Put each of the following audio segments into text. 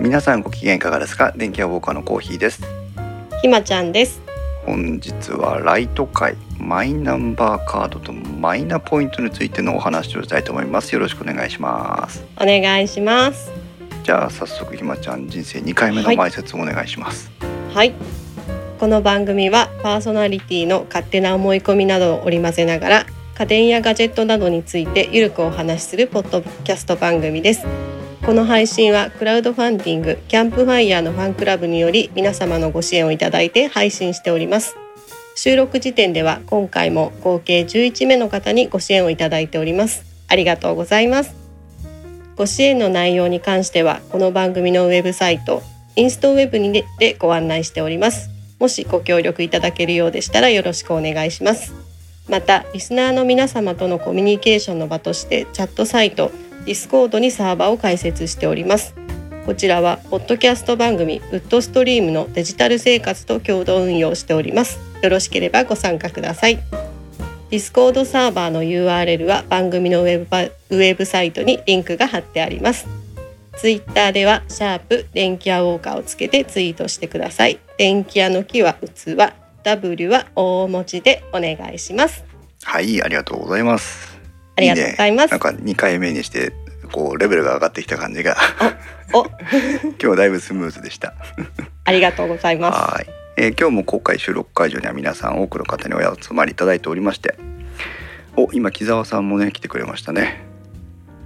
皆さんご機嫌いかがですか電気屋ウォーカーのコーヒーですひまちゃんです。本日はライト会マイナンバーカードとマイナポイントについてのお話をしたいと思いますよろしくお願いしますお願いします。じゃあ早速ひまちゃん人生2回目の前説をお願いしますはい。この番組はパーソナリティの勝手な思い込みなどを織り交ぜながら家電やガジェットなどについてゆるくお話しするポッドキャスト番組です。この配信はクラウドファンディングキャンプファイヤーのファンクラブにより皆様のご支援をいただいて配信しております。収録時点では今回も合計11名の方にご支援をいただいております。ありがとうございます。ご支援の内容に関してはこの番組のウェブサイトインストウェブにでご案内しております。もしご協力いただけるようでしたらよろしくお願いします。また、リスナーの皆様とのコミュニケーションの場として、チャットサイト、Discord にサーバーを開設しております。こちらは、ポッドキャスト番組、ウッドストリームのデジタル生活と共同運用しております。よろしければご参加ください。Discord サーバーの URL は番組のウェブパウェブサイトにリンクが貼ってあります。ツイッターでは、シャープ電気屋ウォーカーをつけてツイートしてください。電気屋の木は器、W は大文字でお願いします。はいありがとうございますありがとうございます。なんか2回目にしてこうレベルが上がってきた感じが お、今日はだいぶスムーズでしたありがとうございます。はい、えー今日も公開収録会場には皆さん多くの方にお集まりいただいておりましてお今木澤さんもね来てくれましたね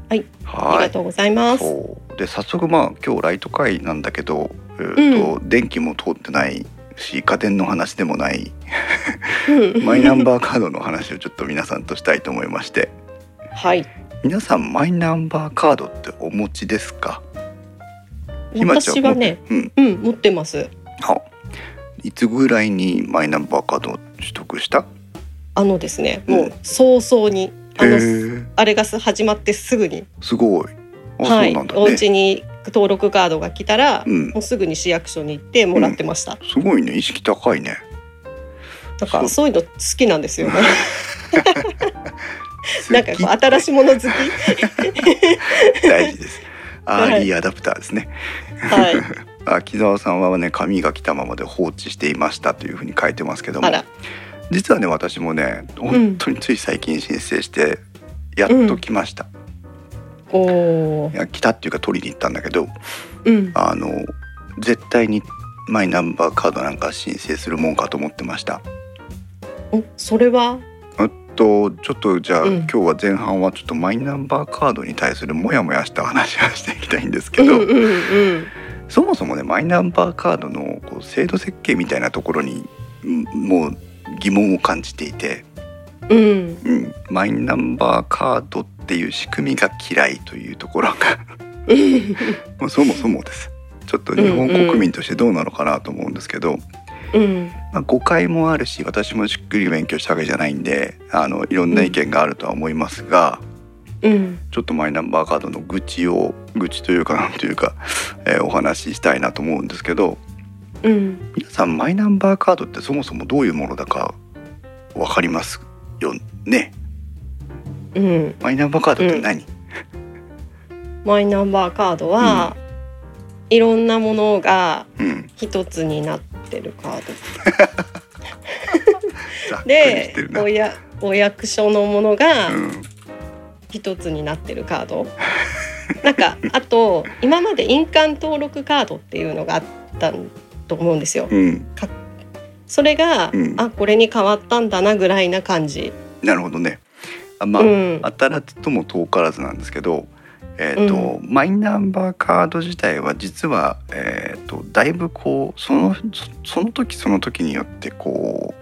はいあはりいがとうございます。そうで早速まあ今日ライト会なんだけど、えーと電気も通ってないし家電の話でもないうんマイナンバーカードの話をちょっと皆さんとしたいと思いま してはい。皆さんマイナンバーカードってお持ちですかひまちゃん私はね、うんうん、持ってます。あいつぐらいにマイナンバーカードを取得したあのですね、うんもう早々に、あへの、ーあれがす始まってすぐに、すごいあ、はい、そうなんだねお家に登録カードが来たら、うんもうすぐに市役所に行ってもらってました。すごいね意識高いねなんかそそういうの好きな んですよね。 なんかこう好新しいもの好 き。き大事 ですアはいーリーアダプターですね、はい。あ木澤さんはね髪が来たままで放置していましたというふうに書いてますけどもあら。実はね私もね本当につい最近申請してやっと来ました、おおい。や来たっていうか取りに行ったんだけどうん。あの絶対にマイナンバーカードなんか申請するもんかと思ってましたおそれは。あとちょっとじゃあ、うん今日は前半はちょっとマイナンバーカードに対するモヤモヤした話をしていきたいんですけうんど、うんうん。そもそもねマイナンバーカードのこう制度設計みたいなところにうんもう疑問を感じていて、うん。うん、マイナンバーカードっていう仕組みが嫌いというところが うんもうそもそもですちょっと日本国民としてどうなのかなと思うんですけど、うん。まあ、誤解もあるし私もしっくり勉強したわけじゃないんであのいろんな意見があるとは思いますが、うん。ちょっとマイナンバーカードの愚痴を愚痴というかなんというか、えーお話ししたいなと思うんですけど、うん。皆さんマイナンバーカードってそもそもどういうものだかわかりますよねうん。マイナンバーカードって何、マイナンバーカードは。いろんなものがうん一つになってるカードざっくりしでてる、な、おや、お役所のものがうん、一つになってるカード。なんか、あと、今まで印鑑登録カードっていうのがあったんと思うんですよ。うん、それが、うんあこれに変わったんだなぐらいな感じ。なるほどねあまあ、うん、当たらずとも遠からずなんですけどえーとマイナンバーカード自体は実は、えー、とだいぶこうそのそその時その時によってこ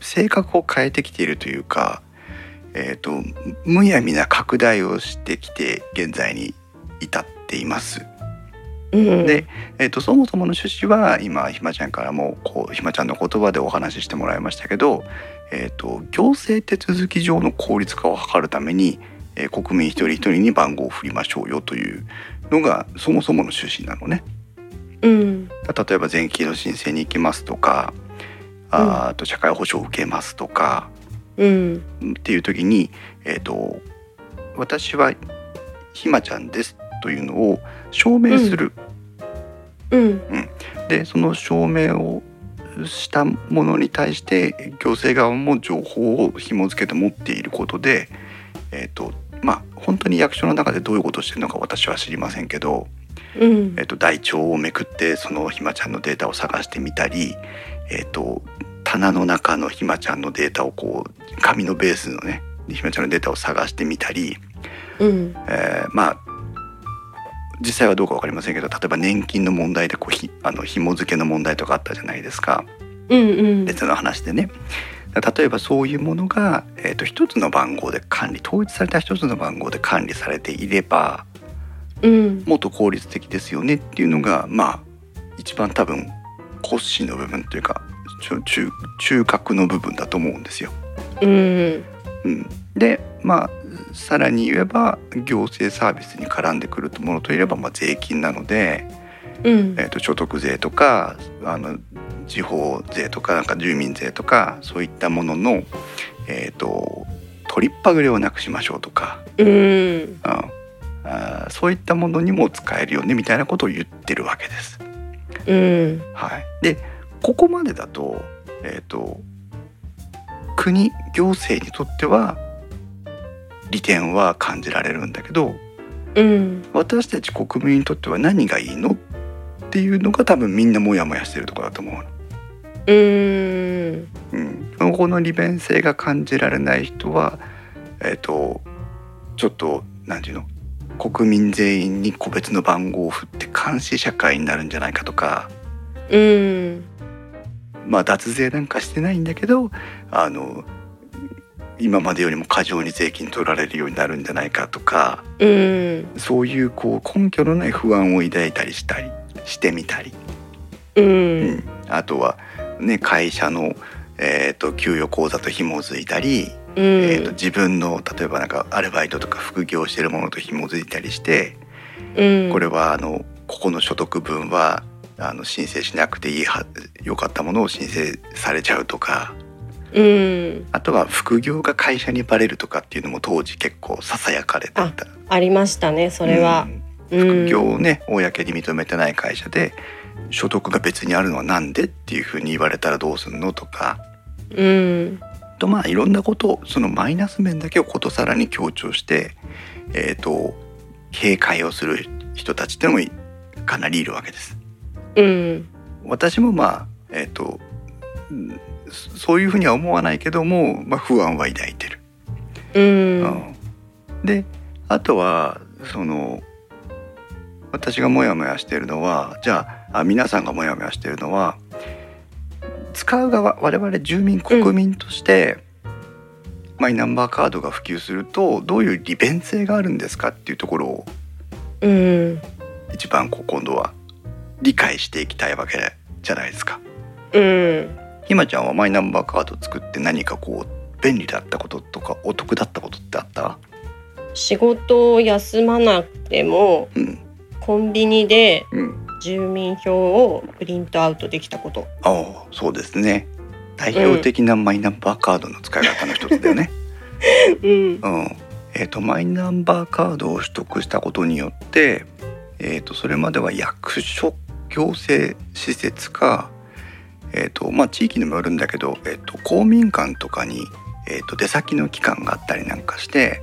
う性格を変えてきているというか、えー、とむやみな拡大をしてきて現在に至っています。うん、で、えー、とそもそもの趣旨は今ひまちゃんからもこうひまちゃんの言葉でお話ししてもらいましたけど、えー、と行政手続き上の効率化を図るために、えー国民一人一人に番号を振りましょうよというのがそもそもの趣旨なのね。うん、例えば前期の申請に行きますとかあーあと社会保障を受けますとかうん、っていう時に、えー、と私はひまちゃんですというのを証明するうんでその証明をしたものに対して行政側も情報を紐付けて持っていることで、えーとまあ、本当に役所の中でどういうことをしてるのか私は知りませんけど、うんえー、と台帳をめくってそのひまちゃんのデータを探してみたり、えー、と棚の中のひまちゃんのデータをこう紙のベースのねひまちゃんのデータを探してみたり、うんえーまあ実際はどうか分かりませんけど例えば年金の問題でこうひあの紐付けの問題とかあったじゃないですかうんうん別の話でね。例えばそういうものが、えー、と一つの番号で管理統一された一つの番号で管理されていればうんもっと効率的ですよねっていうのがまあ一番多分骨子の部分というか中中中核の部分だと思うんですよ。うんうん、でまあさらに言えば行政サービスに絡んでくるものといえば、まあ、税金なので、うんえー、と所得税とかあの地方税とかなんか住民税とかそういったものの、えー、と取りっぱぐれをなくしましょうとか、うんうん、あーそういったものにも使えるよねみたいなことを言ってるわけです。うんはい、でここまでだと,、えー、と国行政にとっては利点は感じられるんだけどうん私たち国民にとっては何がいいのっていうのが多分みんなモヤモヤしてるところだと思うの。うんうん、そこの利便性が感じられない人は、えー、とちょっと何て言うの国民全員に個別の番号を振って監視社会になるんじゃないかとか。うんまあ、脱税なんかしてないんだけどあの今までよりも過剰に税金取られるようになるんじゃないかとかうんそういうこう根拠のない不安を抱いたりしたりしてみたり、うんうんあとは、ね、会社の、えー、と給与口座と紐づいたり、えー、と自分の例えばなんかアルバイトとか副業してるものと紐づいたりしてうんこれはあのここの所得分はあの申請しなくていいはよかったものを申請されちゃうとか。うんあとは副業が会社にバレるとかっていうのも当時結構ささやかれてた。ありましたねそれは、うん、副業うんをね、公に認めてない会社で所得が別にあるのはなんでっていうふうに言われたらどうすんのとかうんとまあいろんなことをそのマイナス面だけをことさらに強調して、えー、と警戒をする人たちっていうのもかなりいるわけです。うん私もまあ、えー、とうんそそういうふうには思わないけども、まあ、不安は抱いてる。うんであとはその私がモヤモヤしてるのはじゃああ皆さんがモヤモヤしてるのは使う側我々住民国民として、マイナンバーカードが普及するとどういう利便性があるんですかっていうところをうん一番こう今度は理解していきたいわけじゃないですか。うんひまちゃんはマイナンバーカード作って何かこう便利だったこととかお得だったことってあった、仕事を休まなくてもうんコンビニでうん、住民票をプリントアウトできたことああそうですね代表的なマイナンバーカードの使い方の一つだよね。うんうんえー、とマイナンバーカードを取得したことによって、えー、とそれまでは役所行政施設か、えーとまあ、地域にもよるんだけど、えー、と公民館とかに、えー、と出先の機関があったりなんかして、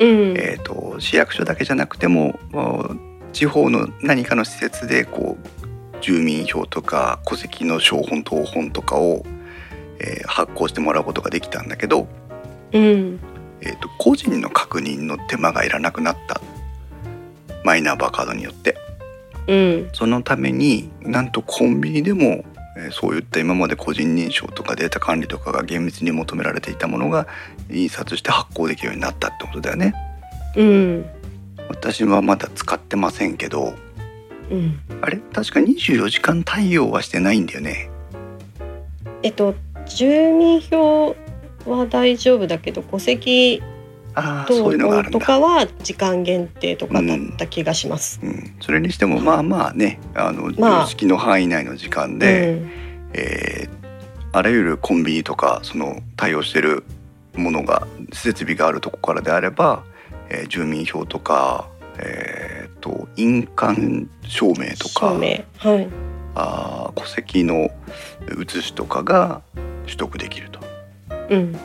うんえー、と市役所だけじゃなくてもあー地方の何かの施設でこう住民票とか戸籍の証本謄本とかを、えー発行してもらうことができたんだけど、うんえー、と個人の確認の手間がいらなくなったマイナンバーカードによってうんそのためになんとコンビニでも、えーそういった今まで個人認証とかデータ管理とかが厳密に求められていたものが印刷して発行できるようになったってことだよね。うん私はまだ使ってませんけど、うんあれ確か24時間対応はしてないんだよね。えっと住民票は大丈夫だけど戸籍ああ、そう等いうのがあ々るんとだ。かは時間限定とかだった気がします。うん、それにしてもまあまあね、あのまあ常識の範囲内の時間で、えーあらゆるコンビニとかその対応してるものが設備があるとこからであれば、えー住民票とか、えーっと印鑑証明とか証明はいあー戸籍の写しとかが取得できるとうん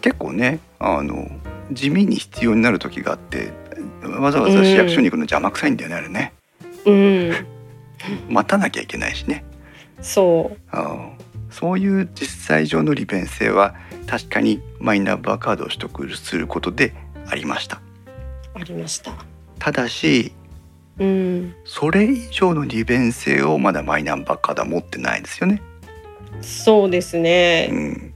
結構ねあの地味に必要になる時があってわざわざ市役所に行くの邪魔くさいんだよね、あれねうん待たなきゃいけないしねそうあーそういう実際上の利便性は確かにマイナンバーカードを取得することでありましたありましたただしうんそれ以上の利便性をまだマイナンバーカードは持ってないですよね、そうですうねん、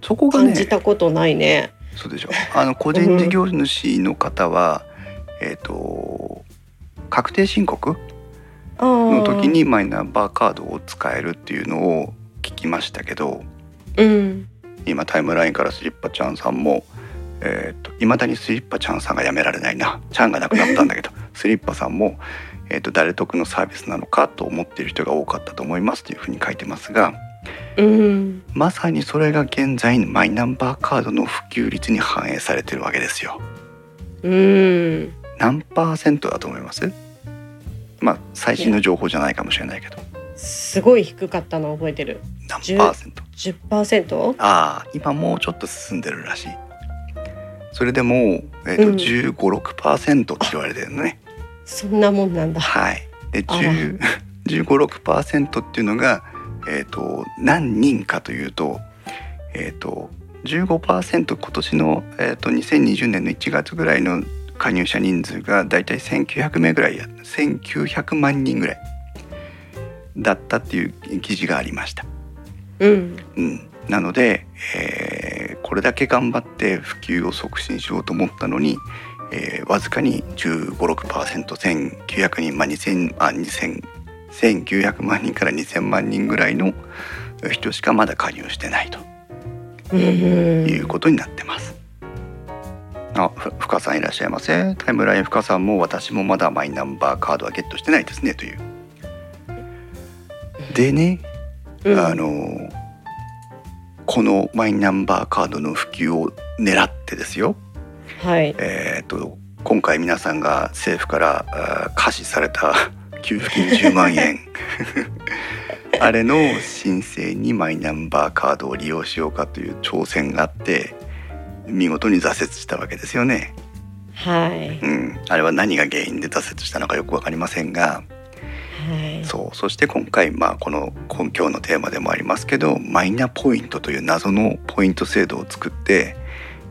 そこが感ねじたことないねそうでしょあの個人事業主の方は、えっ、と確定申告のの時にマイナンバーカードを使えるっていうのを聞きましたけどうん今タイムラインからスリッパちゃんさんもえっ、といまだにスリッパちゃんさんがやめられないなちゃんがなくなったんだけどスリッパさんも、えー、と誰得のサービスなのかと思っている人が多かったと思いますというふうに書いてますがうんまさにそれが現在のマイナンバーカードの普及率に反映されてるわけですよ。うん何パーセントだと思いますまあ最新の情報じゃないかもしれないけどすごい低かったの覚えてる何10パーセント10%ああ今もうちょっと進んでるらしいそれでもう、えーとうん1 5 6って言われてるのねそんなもんなんだはいであら 1 5 6っていうのが、えー、と何人かというとえっ、ー、と15%今年の、えー、と2020年の1月ぐらいの加入者人数がだいたい1900名ぐらいや1900万人ぐらいだったっていう記事がありました。うんうん、なので、えーこれだけ頑張って普及を促進しようと思ったのに、えーわずかに 1516%1900 人、まあ、2000あ2000 1900万人から2000万人ぐらいの人しかまだ加入してないとうんいうことになってます。あ、ふ深さんいらっしゃいませ。タイムライン深さんも私もまだマイナンバーカードはゲットしてないですねという。でね、うんあのこのマイナンバーカードの普及を狙ってですよ、はいえー、と今回皆さんが政府からあー可視された 給付金10万円 あれの申請にマイナンバーカードを利用しようかという挑戦があって見事に挫折したわけですよね、はいうん、あれは何が原因で挫折したのかよく分かりませんがはいそうそして今回、まあ、この今今日のテーマでもありますけどマイナポイントという謎のポイント制度を作って、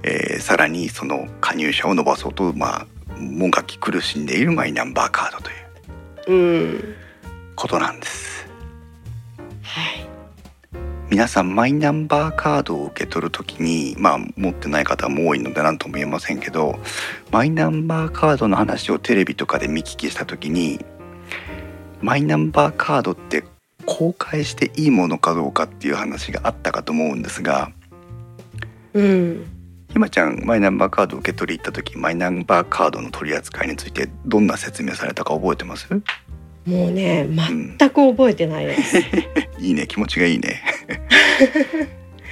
えーさらにその加入者を伸ばそうと、まあ、もがき苦しんでいるマイナンバーカードといううんことなんです。はい皆さんマイナンバーカードを受け取るときに、まあ、持ってない方も多いので何とも言えませんけどマイナンバーカードの話をテレビとかで見聞きしたときにマイナンバーカードって公開していいものかどうかっていう話があったかと思うんですがうんひまちゃんマイナンバーカードを受け取り行ったときマイナンバーカードの取り扱いについてどんな説明されたか覚えてますもうねん全く覚えてないです、いいね気持ちがいいね。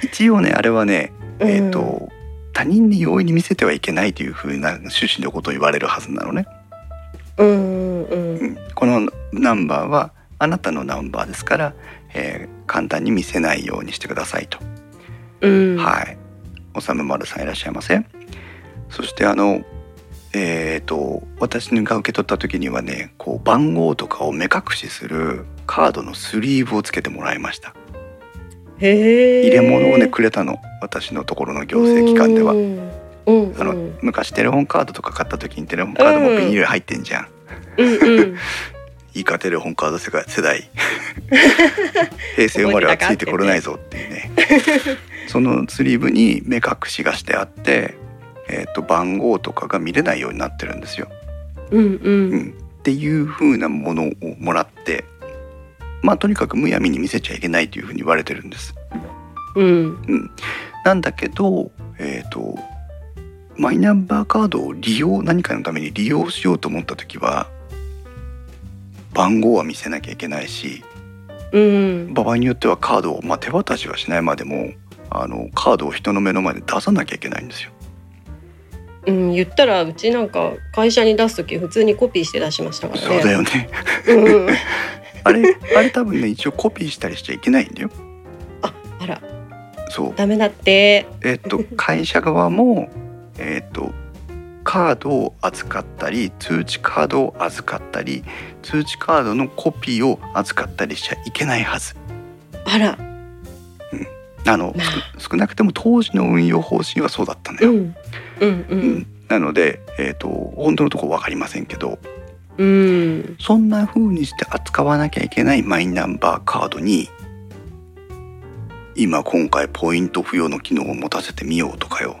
一応ねあれはねう んえー、と他人に容易に見せてはいけないというふうな趣旨のことを言われるはずなのね、うんうんううんん、このナンバーはあなたのナンバーですから、えー簡単に見せないようにしてくださいと、うんはいおさむまるさんいらっしゃいませそしてあのえー、と私が受け取った時にはねこう番号とかを目隠しするカードのスリーブをつけてもらいましたへえ入れ物をねくれたの私のところの行政機関ではうんうんうんあの昔テレホンカードとか買った時にテレホンカードもビニール入ってんじゃん、うんうんいいかテレホンカード世界世代平成生まれはついてこれないぞっていうねそのスリーブに目隠しがしてあって、えー、と番号とかが見れないようになってるんですよ。うんううんん、っていう風なものをもらってまあとにかくむやみに見せちゃいけないという風に言われてるんです。うんなんだけど、えー、とマイナンバーカードを利用何かのために利用しようと思った時は番号は見せなきゃいけないしうん場合によってはカードを、まあ、手渡しはしないまでもあのカードを人の目の前で出さなきゃいけないんですよ。うん、言ったらうちなんか会社に出す時普通にコピーして出しましたからね。そうだよねうん、あれあれ多分ね一応コピーしたりしちゃいけないんだよああらそうダメだって。えっと会社側もえっとカードを預かったり通知カードを預かったり通知カードのコピーを預かったりしちゃいけないはずあらあのま少少なくても当時の運用方針はそうだったんだよ、うんうんううんんなので、えっと本当のとこ分かりませんけどうんそんな風にして扱わなきゃいけないマイナンバーカードに今今回ポイント付与の機能を持たせてみようとかよ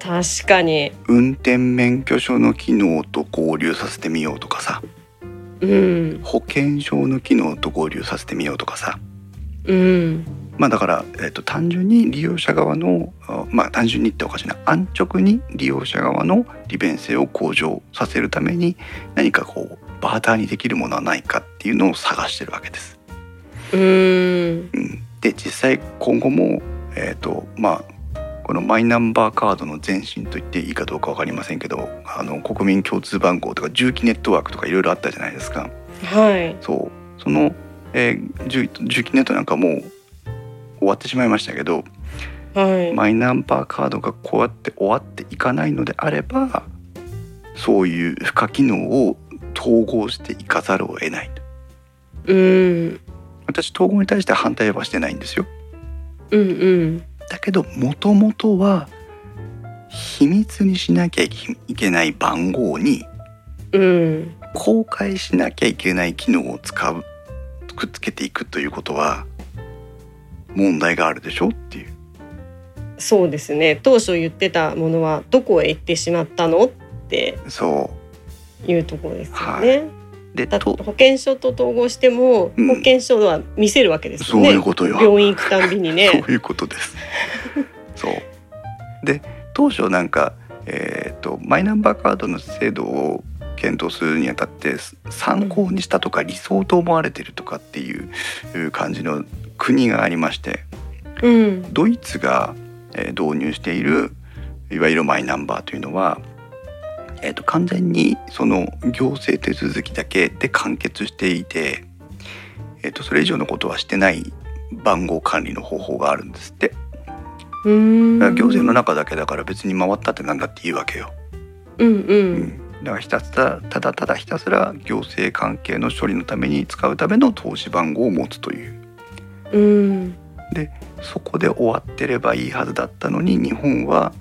確かに。運転免許証の機能と合流させてみようとかさうん保険証の機能と合流させてみようとかさうんまあだから、えっと単純に利用者側のあまあ単純にっておかしいな安直に利用者側の利便性を向上させるために何かこうバーターにできるものはないかっていうのを探してるわけです。うんうんで実際今後も、えーとまあ、このマイナンバーカードの前身と言っていいかどうか分かりませんけどあの国民共通番号とか重機ネットワークとかいろいろあったじゃないですかはい。そうその、えー重重機ネットなんかもう終わってしまいましたけどはい、マイナンバーカードがこうやって終わっていかないのであればそういう付加機能を統合していかざるを得ないとうん私統合に対して反対はしてないんですようんうんだけどもともとは秘密にしなきゃいけない番号にうん公開しなきゃいけない機能を使うくっつけていくということは問題があるでしょっていうそうですね当初言ってたものはどこへ行ってしまったのってそいうところですよはね。うでだってと保険証と統合しても、うん保険証は見せるわけですそようね。いうことよ、病院行くたんびにね。そういうことですそうで当初なんかえっ、とマイナンバーカードの制度を検討するにあたって参考にしたとか理想と思われてるとかっていういう感じの国がありましてうんドイツがえー導入しているいわゆるマイナンバーというのは、えー、と完全にその行政手続きだけで完結していて、えー、とそれ以上のことはしてない番号管理の方法があるんですってうんだから行政の中だけだから別に回ったってなんだっていいわけよ。うんううんん、だからひたすらただただひたすら行政関係の処理のために使うための投資番号を持つという。うんそこで終わってればいいはずだったのに日本は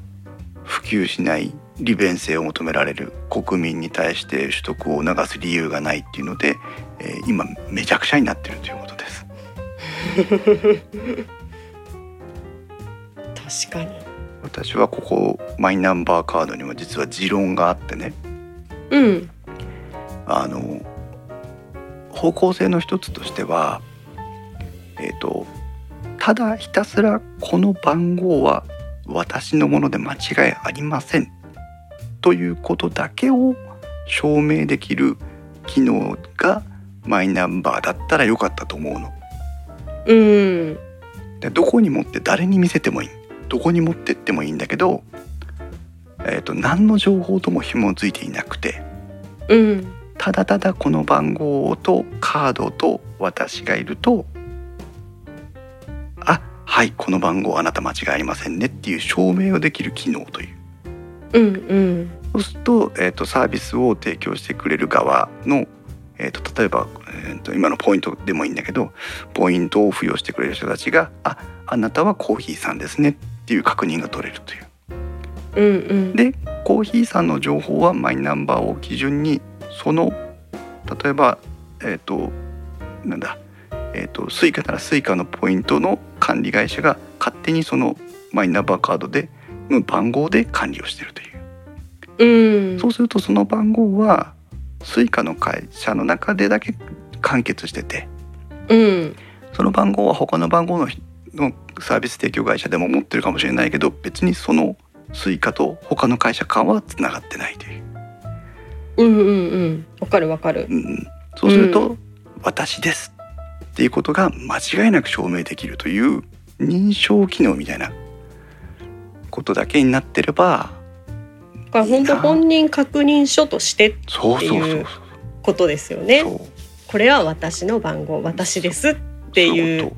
普及しない利便性を求められる国民に対して取得を促す理由がないっていうので、えー今めちゃくちゃになってるということです。確かに。私はここマイナンバーカードには実は持論があってねうんあの方向性の一つとしてはえっ、とただひたすらこの番号は私のもので間違いありませんということだけを証明できる機能がマイナンバーだったらよかったと思うの。うんでどこに持って誰に見せてもいいどこに持ってってもいいんだけど、えー、と何の情報とも紐づいていなくてうんただただこの番号とカードと私がいるとあはいこの番号あなた間違いありませんねっていう証明をできる機能といううんうんそうすると,、えー、とサービスを提供してくれる側の、えー、と例えば、えー、と今のポイントでもいいんだけどポイントを付与してくれる人たちがああなたはコーヒーさんですねっていう確認が取れるという。うんうんでコーヒーさんの情報はマイナンバーを基準にその例えばえっ、となんだえっ、とスイカならスイカのポイントの管理会社が勝手にそのマイナンバーカードでの番号で管理をしてるといううんそうするとその番号はスイカの会社の中でだけ完結しててうんその番号は他の番号ののサービス提供会社でも持ってるかもしれないけど別にそのスイカと他の会社間はつながってないという。うんうんうんわかるわかる。うん、そうすると、う私ですっていうことが間違いなく証明できるという認証機能みたいなことだけになってればこれ本当本人確認書としてそうそうそうそうことですよねそ。うこれは私の番号、私ですっていそう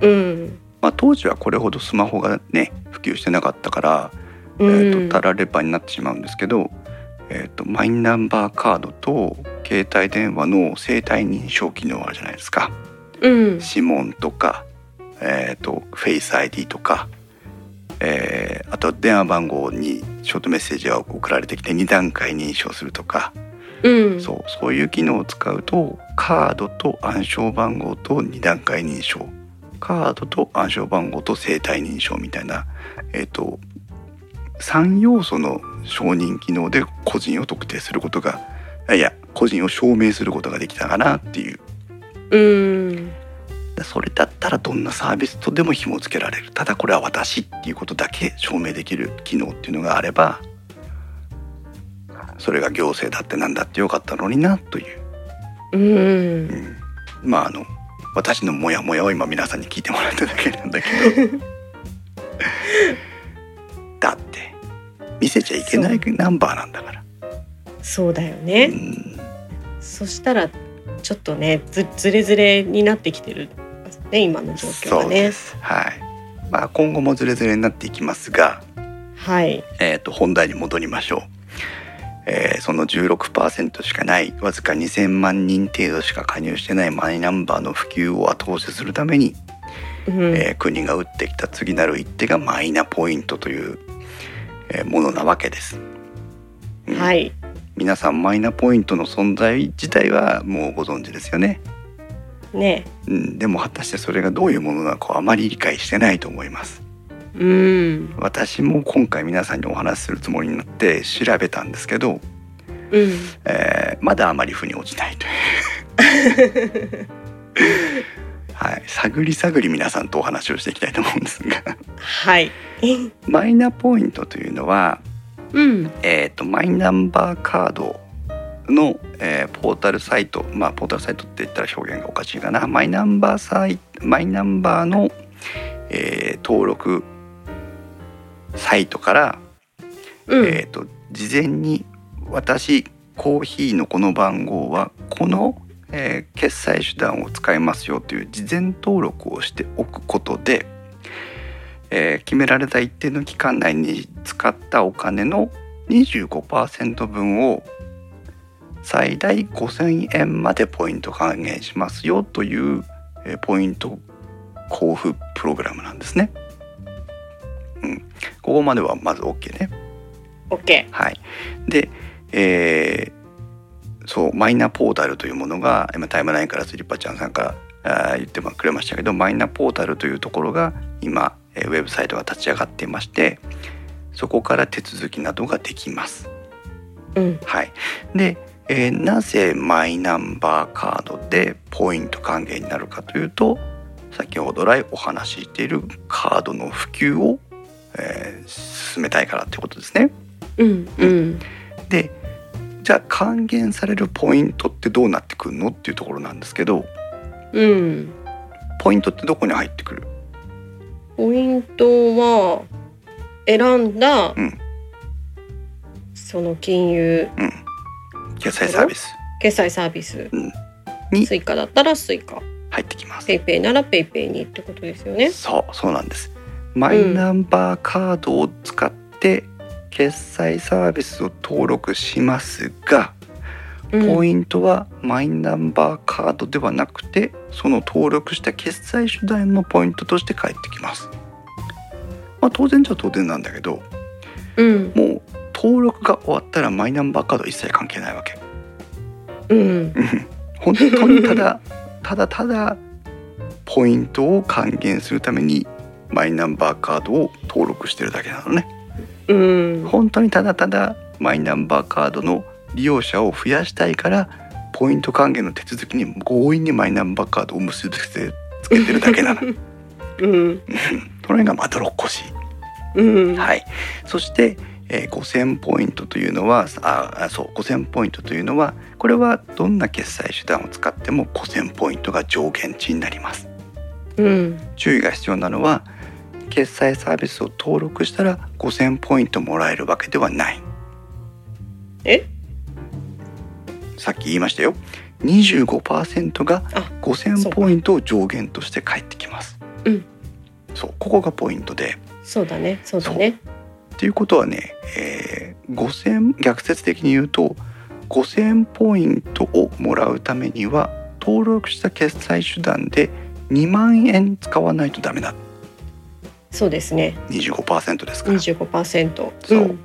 う。うん。まあ、当時はこれほどスマホがね普及してなかったから、えうー、んとたらればになってしまうんですけど、えー、とマイナンバーカードと携帯電話の生体認証機能あるじゃないですかうん。指紋とか、えー、とフェイス ID とか、えーあとは電話番号にショートメッセージが送られてきて2段階認証するとか、うん。そうそういう機能を使うとカードと暗証番号と2段階認証カードと暗証番号と生体認証みたいな、えっと3要素の承認機能で個人を特定することがあいや個人を証明することができたかなっていううん。それだったらどんなサービスとでも紐付けられるただこれは私っていうことだけ証明できる機能っていうのがあればそれが行政だってなんだってよかったのになという。うん。うんまああの私のモヤモヤを今皆さんに聞いてもらっただけなんだけ どだって見せちゃいけないナンバーなんだから、そうだようね。ん、そしたらちょっとねずずれずれになってきてるね今の状況がそうねで。すはいまあ今後もズレズレになっていきますが、はい。えー、と本題に戻りましょう、えーその16%しかないわずか2,000万人程度しか加入してないマイナンバーの普及を後押しするためにうん。えー国が打ってきた次なる一手がマイナポイントという、えーものなわけです。うんはい。皆さんマイナポイントの存在自体はもうご存知ですよね、ね。うん、でも果たしてそれがどういうものなのかあまり理解してないと思いますうん。私も今回皆さんにお話しするつもりになって調べたんですけど、うん。えーまだあまり腑に落ちないというはい探り探り皆さんとお話をしていきたいと思うんですが はい。マイナポイントというのはうん。えー、とマイナンバーカードの、えーポータルサイトまあポータルサイトって言ったら表現がおかしいかなマイナンバーサイマイナンバーの、えー登録サイトから、うん。えー、と事前に私コーヒーのこの番号はこの、えー決済手段を使いますよという事前登録をしておくことで、えー決められた一定の期間内に使ったお金の25%分を最大5,000円までポイント還元しますよという、えーポイント交付プログラムなんですね。うん、ここまではまず OK ね。オッケはい、で、えーそうマイナポータルというものが今タイムラインからスリッパちゃんさんからあー言ってくれましたけどマイナポータルというところが今、えーウェブサイトが立ち上がっていましてそこから手続きなどができます。ー。うん。はい、で、えーなぜマイナンバーカードでポイント還元になるかというと先ほど来お話ししているカードの普及を、えー進めたいからということですね。うん。うん。でじゃあ還元されるポイントってどうなってくるのっていうところなんですけどうん。ポイントってどこに入ってくるポイントは選んだ、うんその金融決済サービス決済サービス、うんにスイカだったらスイカ入ってきますペイペイならペイペイにってことですよね。そうそうなんですマイナンバーカードを使って決済サービスを登録しますが、ポインイントはマイナンバーカードではなくてその登録した決済手段のポイントとして返ってきます、まあ、当然じゃ当然なんだけどト、うんもう登録が終わったらマイナンバーカード一切関係ないわけ うん本当にただ ただただポイントを還元するためにマイナンバーカードを登録してるだけなのねうん本当にただただマイナンバーカードの利用者を増やしたいからポイント還元の手続きに強引にマイナンバーカードを結びつけてつけてるだけなのうんそれがまどろっこしいうんはい、そして、えー5,000ポイントというのはああそう5,000ポイントというのはこれはどんな決済手段を使っても5,000ポイントが上限値になりますうん注意が必要なのは決済サービスを登録したら5000ポイントもらえるわけではないえさっき言いましたよ25%があそう5000かポイントを上限として返ってきますうんそうここがポイントでそうだねそうだねっていうことはね、えー5000逆説的に言うと5,000ポイントをもらうためには登録した決済手段で2万円使わないとダメだそうですね25%ですから、 25%そう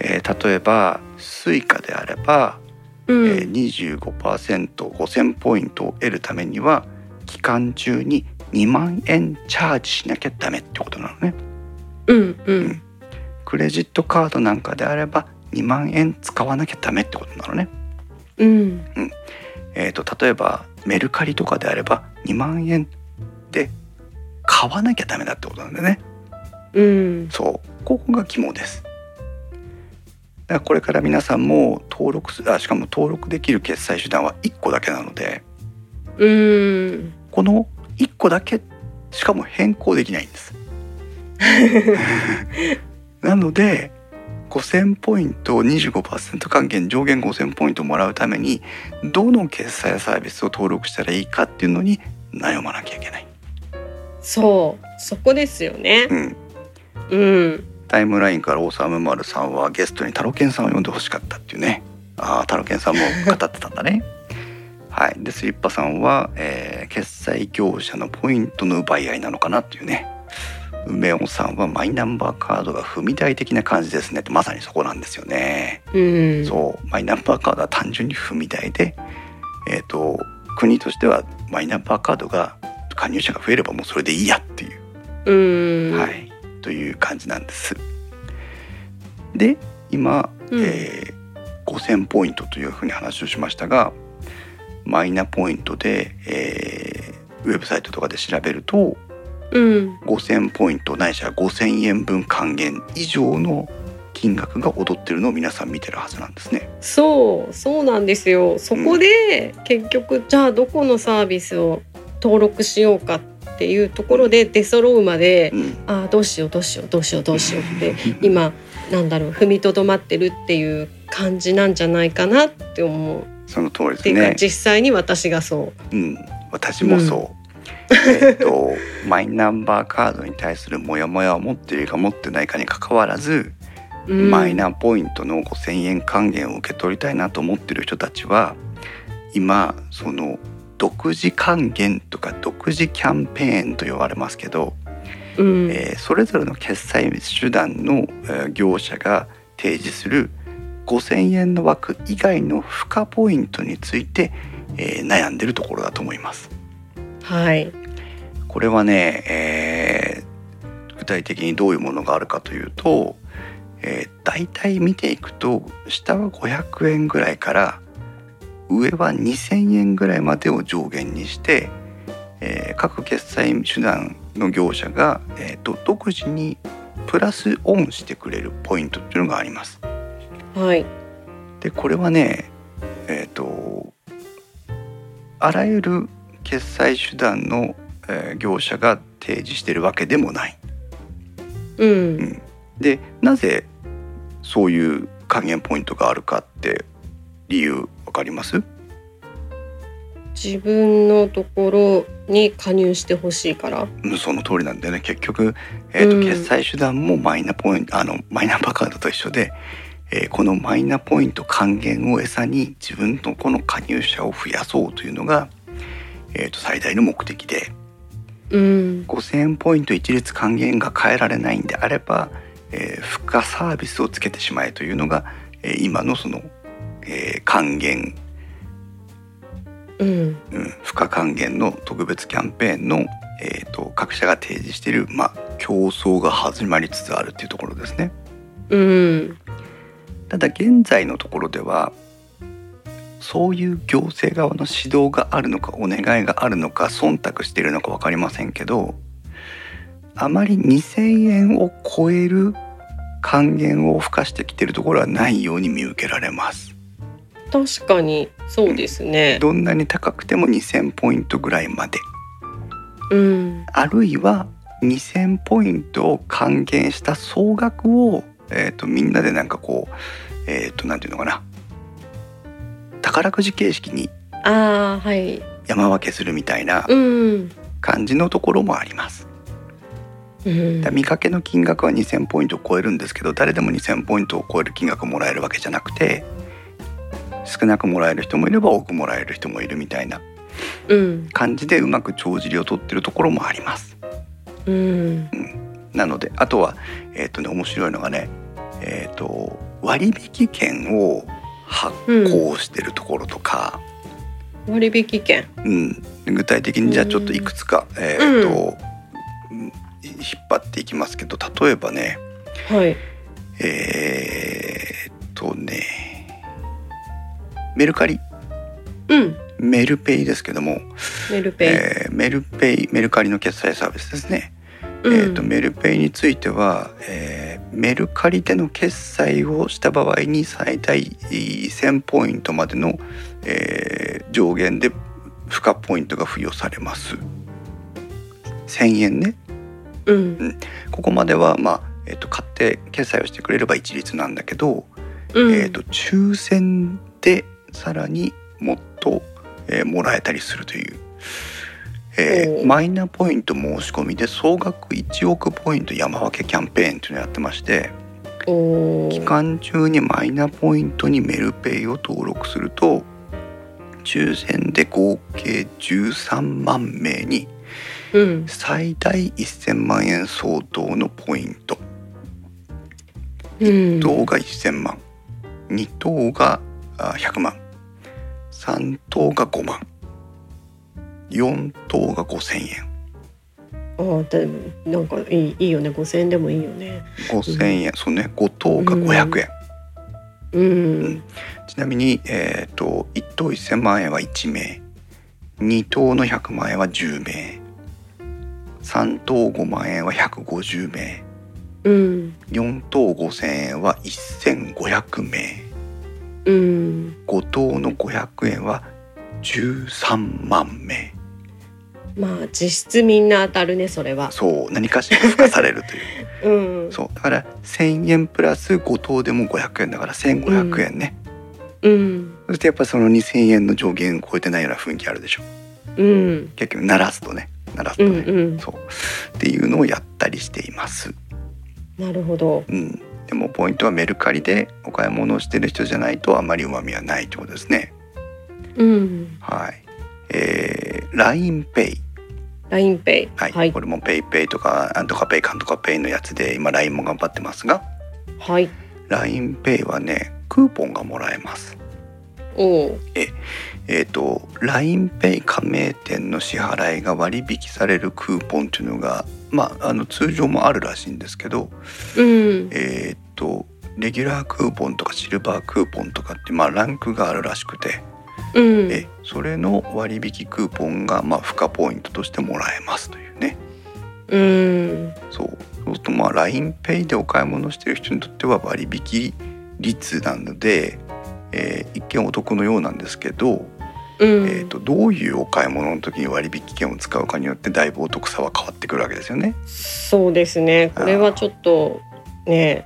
えー例えば Suica であれば、うん、うえんー、25%5,000ポイントを得るためには期間中に2万円チャージしなきゃダメってことなのねうんうんんクレジットカードなんかであれば2万円使わなきゃダメってことなのねうんえー、と例えばメルカリとかであれば2万円で買わなきゃダメだってことなんでねうんそうここが肝ですだからこれから皆さんも登録すあしかも登録できる決済手段は1個だけなのでうんこの1個だけしかも変更できないんですなので5000ポイントを25%還元上限5000ポイントもらうためにどの決済サービスを登録したらいいかっていうのに悩まなきゃいけない、そうそこですよねうん、うんタイムラインからオーサムマルさんはゲストにタロケンさんを呼んでほしかったっていうねああタロケンさんも語ってたんだね はいでスリッパさんは、えー決済業者のポイントの奪い合いなのかなっていうね梅尾さんはマイナンバーカードが踏み台的な感じですねってまさにそこなんですよねうんそうマイナンバーカードは単純に踏み台で、えー、と国としてはマイナンバーカードが加入者が増えればもうそれでいいやっていう、うんはい、という感じなんです。で今、うんえー5,000ポイントというふうに話をしましたがマイナポイントで、えーウェブサイトとかで調べるとうん5,000ポイントないしは5,000円分還元以上の金額が踊ってるのを皆さん見てるはずなんですね。そうそうなんですよそこで結局じゃあどこのサービスを登録しようかっていうところで出揃うまでうんああどうしようどうしようどうしようどうしようって今なんだろう踏みとどまってるっていう感じなんじゃないかなって思う。その通りってでいすうか、ね。実際に私がそう。うん、私もそう。えっと、マイナンバーカードに対するモヤモヤを持っているか持ってないかに関わらず、うんマイナポイントの5,000円還元を受け取りたいなと思っている人たちは今その独自還元とか独自キャンペーンと呼ばれますけど、うんえーそれぞれの決済手段の、えー業者が提示する5,000円の枠以外の付加ポイントについて、えー悩んでるところだと思います。はい。これはね、えー具体的にどういうものがあるかというと、えー、大体見ていくと下は500円ぐらいから上は2,000円ぐらいまでを上限にして、えー各決済手段の業者が、えーと独自にプラスオンしてくれるポイントっていうのがあります。はい。でこれはねえっ、とあらゆる決済手段の、えー業者が提示してるわけでもない。うん。でなぜそういう還元ポイントがあるかって理由わかります自分のところに加入してほしいから。うんその通りなんだよね結局、えーとうん決済手段もマイナポイントあのマイナンバーカードと一緒で、えーこのマイナポイント還元を餌に自分のこの加入者を増やそうというのが、えー、と最大の目的で。うん。 5,000ポイント一律還元が変えられないんであれば、えー付加サービスをつけてしまえというのが、えー今のその、えー還元、うん。うん、付加還元の特別キャンペーンの、えーと各社が提示している、まあ、競争が始まりつつあるっていうところですね。うん。ただ現在のところではそういう行政側の指導があるのかお願いがあるのか忖度しているのか分かりませんけどあまり2,000円を超える還元を付加してきてるところはないように見受けられます。確かにそうですね。どんなに高くても2,000ポイントぐらいまでうん。あるいは2,000ポイントを還元した総額を、えー、とみんなでなんかこうえっ、となんていうのかな宝くじ形式にああはい山分けするみたいなうん感じのところもあります。うんだ見かけの金額は2,000ポイントを超えるんですけど誰でも2,000ポイントを超える金額もらえるわけじゃなくて少なくもらえる人もいれば多くもらえる人もいるみたいなうん感じでうまく帳尻を取ってるところもあります。うんなのであとは、えっとね、面白いのがね、えっと割引券を発行してるところとか、割引券うん具体的にじゃあちょっといくつか、えっとうん引っ張っていきますけど例えばねはいえー、っとねメルカリうんメルペイですけども、メルペイ、えーメルペイメルカリの決済サービスですね、うんえー、とメルペイについては、えーメルカリでの決済をした場合に最大1000ポイントまでの、えー上限で付加ポイントが付与されます1000円ねうんここまでは、まあえー、と買って決済をしてくれれば一律なんだけど、うんえー、と抽選でさらにもっと、えーもらえたりするという、えーおーマイナポイント申し込みで総額1億ポイント山分けキャンペーンというのをやってましてお期ー間中にマイナポイントにメルペイを登録すると抽選で合計13万名にうん最大1000万円相当のポイントうん1等が1000万2等があ100万3等が5万4等が5000円あでもなんかいいいいよね5000円でもいいよね5000円、そうね5等が500円、うんちなみに、えー、と1等1000万円は1名2等の100万円は10名3等5万円は150名うん4等5000円は1500名うん5等の500円は13万名まあ実質みんな当たるねそれはそう何かしら付加されるという うんそうだから1,000円プラス5等でも500円だから1,500円ね、うんそしてやっぱその2,000円の上限を超えてないような雰囲気あるでしょうん結局鳴らすとね鳴らすうとんね、うんそうっていうのをやったりしています、なるほどうん、でもポイントはメルカリでお買い物をしてる人じゃないとあまりうまみはないってことですねうんはいえー、LINEPay LINEPay はい、はいこれも PayPay とかなんとか Pay かんとか Pay のやつで今 LINE も頑張ってますがはい LINEPay はねクーポンがもらえますおうえっ、と LINEPay 加盟店の支払いが割引されるクーポンというのがまああの通常もあるらしいんですけどうんえっ、とレギュラークーポンとかシルバークーポンとかってまあランクがあるらしくて、うんえそれの割引クーポンがまあ付加ポイントとしてもらえますというねうんそうそうするとまあ LINEPay でお買い物してる人にとっては割引率なので、えー一見お得のようなんですけど、うんえー、とどういうお買い物の時に割引券を使うかによってだいぶお得さは変わってくるわけですよねそうですねこれはちょっとね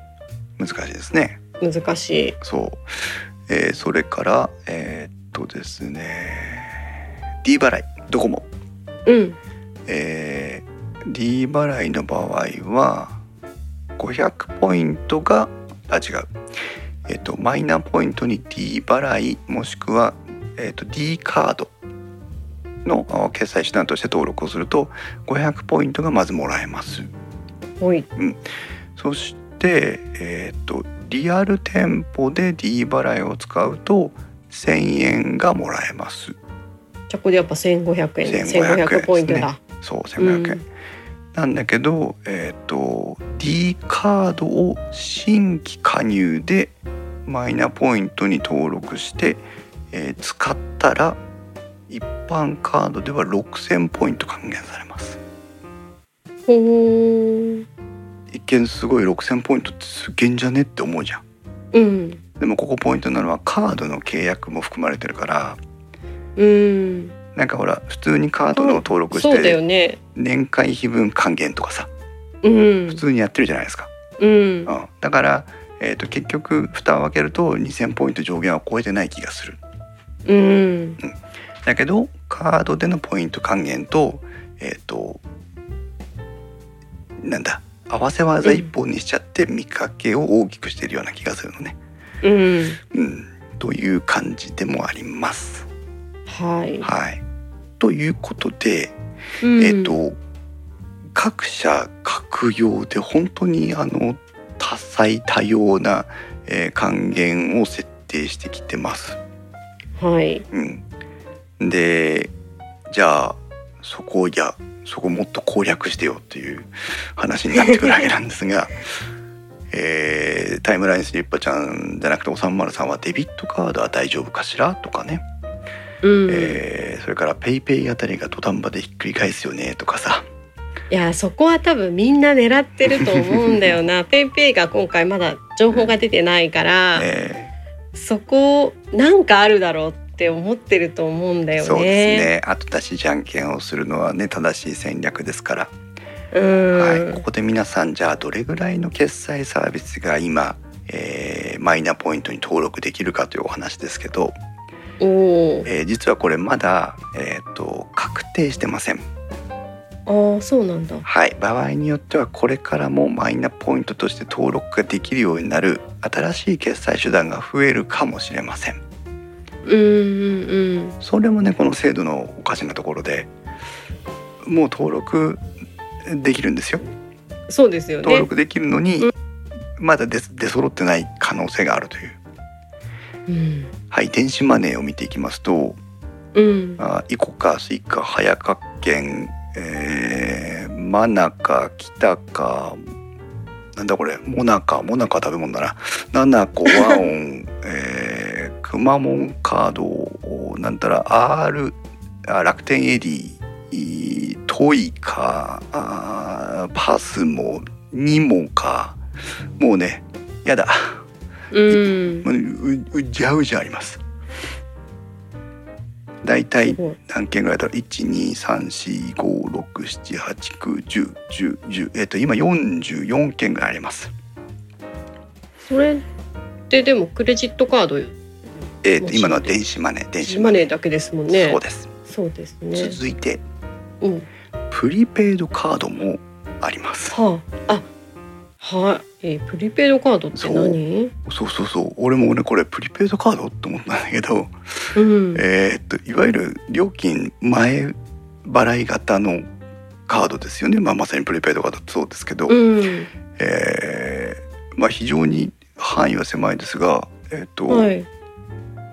難しいですね難しいそう、えーそれからえーっとですね D 払いドコモ、うんえー D 払いの場合は500ポイントがあ違うえーっとマイナポイントに D 払いもしくは、えーっと D カードのあ決済手段として登録をすると500ポイントがまずもらえます。ほいそして、えー、とリアル店舗で D 払いを使うと1,000円がもらえます。じゃあここでやっぱ1500円1500円ですね1500ポイントだそうう1,500円、んなんだけど、えー、と D カードを新規加入でマイナポイントに登録して、えー使ったら一般カードでは6,000ポイント還元されます。ほー一見すごい6,000ポイントってすげえんじゃねって思うじゃん。うんでもここポイントなのはカードの契約も含まれてるから、うんなんかほら普通にカードの登録しそうだよてね。年会費分還元とかさうん普。通にやってるじゃないですか、うんう。ん、だから、えー、と結局蓋を開けると2,000ポイント上限は超えてない気がするうん。だけどカードでのポイント還元とえっ、となんだ合わせ技一本にしちゃって見かけを大きくしてるような気がするのね。うん。うん、という感じでもあります。はい。はい、ということで、うんえっ、。と各社各用で本当にあの多彩多様な、えー還元を設定してきてます。はい。うん、でじゃあそこをいやそこもっと攻略してよっていう話になってくるわけなんですが、 えータイムラインスリッパちゃんじゃなくておさんまるさんはデビットカードは大丈夫かしらとかね、うん。えーそれからペイペイあたりが土壇場でひっくり返すよねとかさいやそこは多分みんな狙ってると思うんだよ な。ペイペイが今回まだ情報が出てないから、えそこなんかあるだろうって思ってると思うんだーよね。そうですね後出しじゃんけんをするのはね正しい戦略ですからうん。はい、ここで皆さんじゃあどれぐらいの決済サービスが今、えーマイナポイントに登録できるかというお話ですけど、おお。えー実はこれまだ、えー、と確定してません、ああそうなんだ。はい、場合によってはこれからもマイナポイントとして登録ができるようになる新しい決済手段が増えるかもしれませんうんうんうん。それもねこの制度のおかしなところでもう登録できるんですよそうですよ登ね。録できるのに、まだ出出揃ってない可能性があるといううん。はい、電子マネーを見ていきますと、うん。あイコカ、スイカ、早川券、えー、マナカ、キタカ、なんだこれ、モナカ、モナカは食べ物だな、ナナコ、ワオン、 えー、くまモンカード、なんたら、R、あ楽天エディ、いトイカ、あーパスモ、ニモカ、もうね、やだ、うん。もうううじゃうじゃあります。だいたいすごい何件ぐらいだろう1234567891010えっと今44件ぐらいあります。それってでもクレジットカードえっともちろん今のは電子マネー電子ママネネーだけですもんー、ねそう。です、そうですね。続いてうん。プリペイドカードもあります。はあ。あ。はい。えープリペイドカードって何？そうそうそう俺もねこれプリペイドカードって思ったんだけど、うん。えっといわゆる料金前払い型のカードですよね、まあ、まさにプリペイドカードってそうですけど、うん。えーまあ、非常に範囲は狭いですが、えーとはい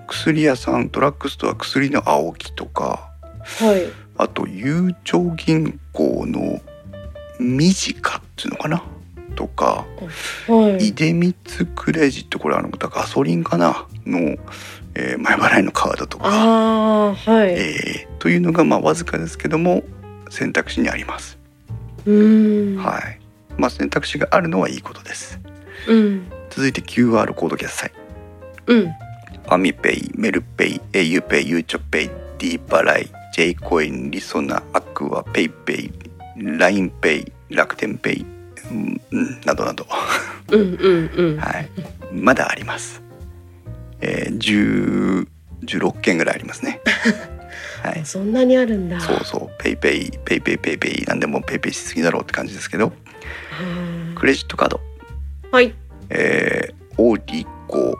薬屋さんドラッグストア薬の青木とかはい。あとゆうちょう銀行の身近っていうのかなとか、はい出光クレジットこれあのガソリンかなの、えー前払いのカードとか、ああはい。えーというのがまあわずかですけども選択肢にあります。うん。はいまあ、選択肢があるのはいいことです。うん続いて QR コード決済。うんファミペイ、メルペイ、エユペイ、ゆうちょペイ、ディーパライ、J コイン、リソナ、アクア、ペイペイ、ラインペイ、楽天ペイ、うんうんなどなど、はうんうんうん。い、まだあります。えー、10 16件ぐらいありますね。はい、そんなにあるんだ。そうそう、ペイペイ、ペイペイペイペイ、なんでもペイペイしすぎだろうって感じですけど、はクレジットカード、あはい。えー、オリコ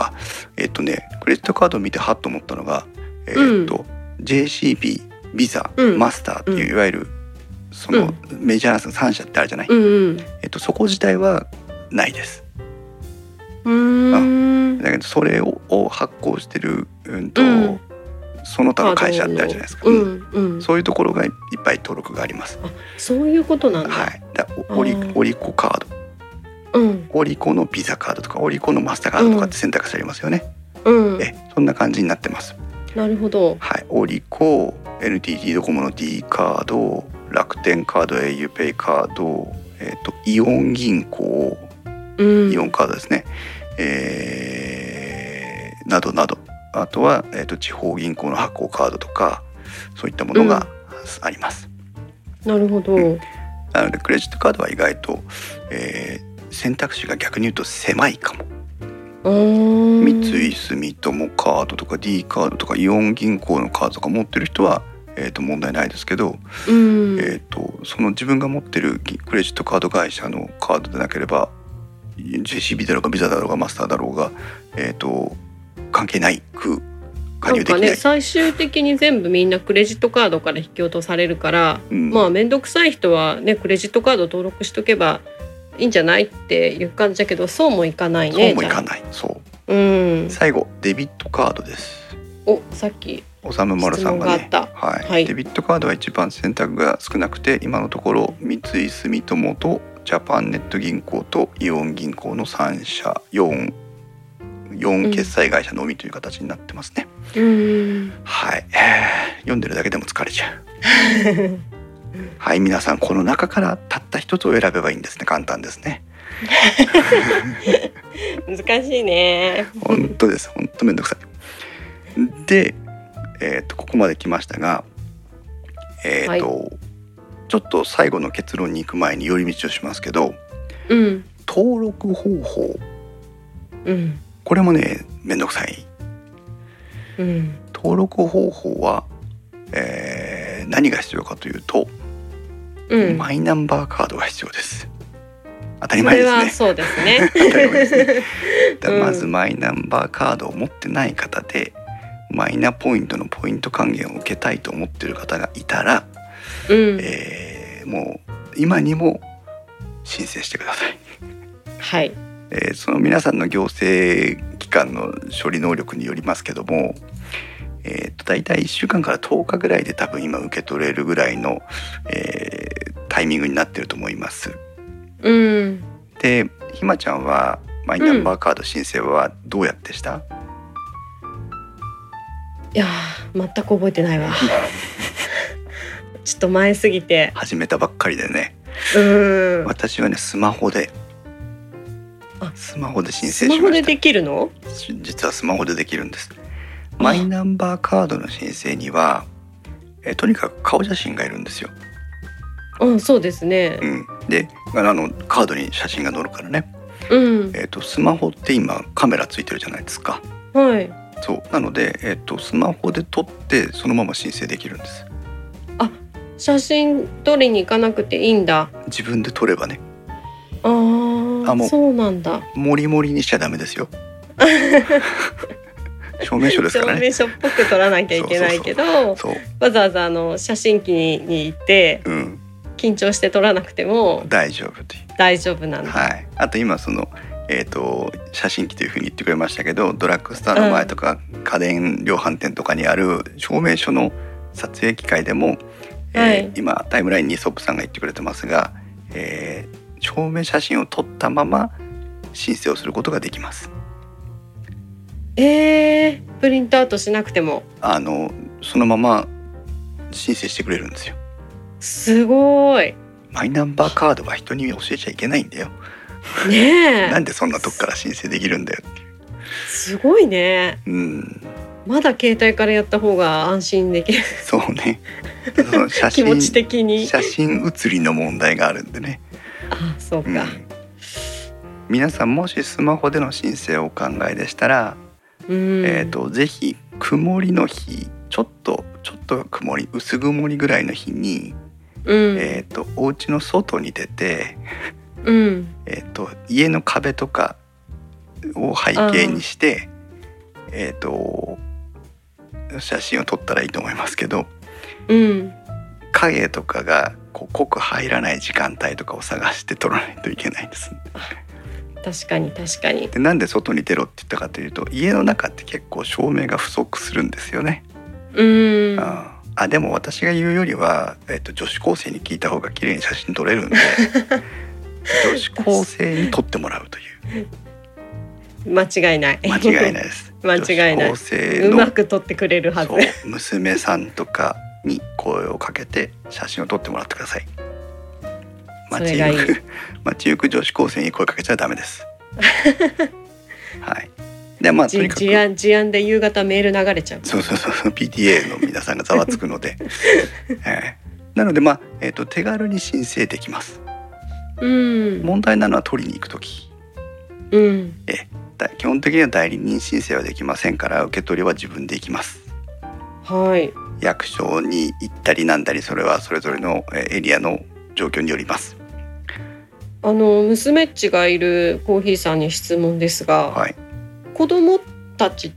あえっ、とねクレジットカードを見てはっと思ったのがえっ、と、JCB ビザ、うんマスターっていうういわゆるそのメジャーな3社ってあるじゃない、うんうん。えっとそこ自体はないですうーん。だけどそれをを発行してる、うんとうんその他の会社ってあるじゃないですか、ううんんうん。そういうところがいっぱい登録があります、そういうことなんだ。はいだオリあーオリコカードうんオリコのビザカードとかオリコのマスターカードとかって選択肢ありますよね、うん。えそんな感じになってます。なるほど。はい、オリコ、NTT ドコモの D カード、楽天カード、auPay カード、えっ、とイオン銀行、うん。イオンカードですね、えーなどなどあとは、えー、と地方銀行の発行カードとかそういったものがあります。なるほど、うんなのでクレジットカードは意外と、えー選択肢が逆に言うと狭いかも。三三井住友カードとか D カードとかイオン銀行のカードとか持ってる人は、えー、と問題ないですけど、うん、えー、とその自分が持ってるぎクレジットカード会社のカードでなければ JCB だろうがビザだろうがマスターだろうが、えー、と関係ないく加な入でんかきない。ね最終的に全部みんなクレジットカードから引き落とされるから、うんまあ面倒くさい人はねクレジットカード登録しとけばいいんじゃないっていう感じだけどそうもいかないねそうもいかじない。そう。ゃあうん最後デビットカードです。おさっきおさむまるさんがね質問があっはいはいデビットカードは一番選択が少なくて今のところ三井住友とジャパンネット銀行とイオン銀行の3社4うん4決済会社のみという形になってますね、うんはいえー読んでるだけでも疲れちゃうはい皆さんこの中からたった一つを選べばいいんですね簡単ですね難しいね本当です本当めんどくさいで、えー、とここまで来ましたがえっ、と、ちょっと最後の結論に行く前に寄り道をしますけどうん登録方法うんこれもねめんどくさいうん登録方法は、えー何が必要かというと、うんマイナンバーカードが必要です当たりそ前れではすねそうですね当たり前ですねだからうんまずマイナンバーカードを持ってない方でマイナポイントのポイント還元を受けたいと思ってる方がいたら、う んえーもう今にも申請してください、 はいえーその皆さんの行政機関の処理能力によりますけども、えー、と大体1週間から10日ぐらいで多分今受け取れるぐらいの、えータイミングになってると思います。うんでひまちゃんはマイナンバーカード申請はどうやってした、いやー全く覚えてないわちょっと前すぎて始めたばっかりでねうん私はねスマホであスマホで申ス請マしホまでしたできるの実はスマホでできるんですマイナンバーカードの申請にはえとにかく顔写真がいるんですよ、うんそうですねうん、であのカードに写真が載るからね、うんえっとスマホって今カメラついてるじゃないですかはいそうなので、えっとスマホで撮ってそのまま申請できるんです写真撮りに行かなくていいんだ自分で撮ればねあーあもうそうなんだモリモリにしちゃダメですよ証明書ですから証ね明書っぽく撮らなきゃいけないけどそうわざわざあの写真機に行ってうん緊張して撮らなくても大丈夫という大丈夫なんだ、はい、あと今その、えー、と写真機というふうに言ってくれましたけどドラッグストアの前とか家電量販店とかにある証明書の撮影機会でも、えーはい今タイムラインにソップさんが言ってくれてますが、えー証明写真を撮ったまま申請をすることができます。えー、プリントアウトしなくてもあのそのまま申請してくれるんですよ。すごいマイナンバーカードは人に教えちゃいけないんだよ。ねなんえでそんなとこから申請できるんだよっていう。すごいねうん、まだ携帯からやった方が安心できるそうね。その写気真持ち的に写真写りの問題があるんでね、あそううんか、皆さんもしスマホでの申請をお考えでしたら、うんえー、とぜひ曇りの日ちょっとちょっと曇り薄曇りぐらいの日に、うん、えー、とお家の外に出て、うんえー、と家の壁とかを背景にして、えー、と写真を撮ったらいいと思いますけどうん影とかがこう濃く入らない時間帯とかを探して撮らないといけないですね確かに確かにでなんで外に出ろって言ったかというと家の中って結構照明が不足するんですよね。うんああでも私が言うよりは、えっと、女子高生に聞いた方が綺麗に写真撮れ るんで女子高生に撮ってもらうという間違いない間違い ないです。間違いない女子高生うのまく撮ってくれるはずそう娘さんとかに声をかけて写真を撮ってもらってください。 そ街れがい い 行く街行く女子高生に声かけちゃダメです。はい。でまあとじにかく事案事案で夕方メール流れちゃう。そうそうそうそう PTA の皆さんがざわつくの で、えーなのでまあ、えー、と手軽に申請できますうん。問題なのは取りに行く時うん。だ基本的には代理人申請はできませんから受け取りは自分で行きますはい。役所に行ったりなんだりそれはそれぞれのえーエリアの状況によりますあの娘っちがいるコーヒーさんに質問ですが、はい子供たち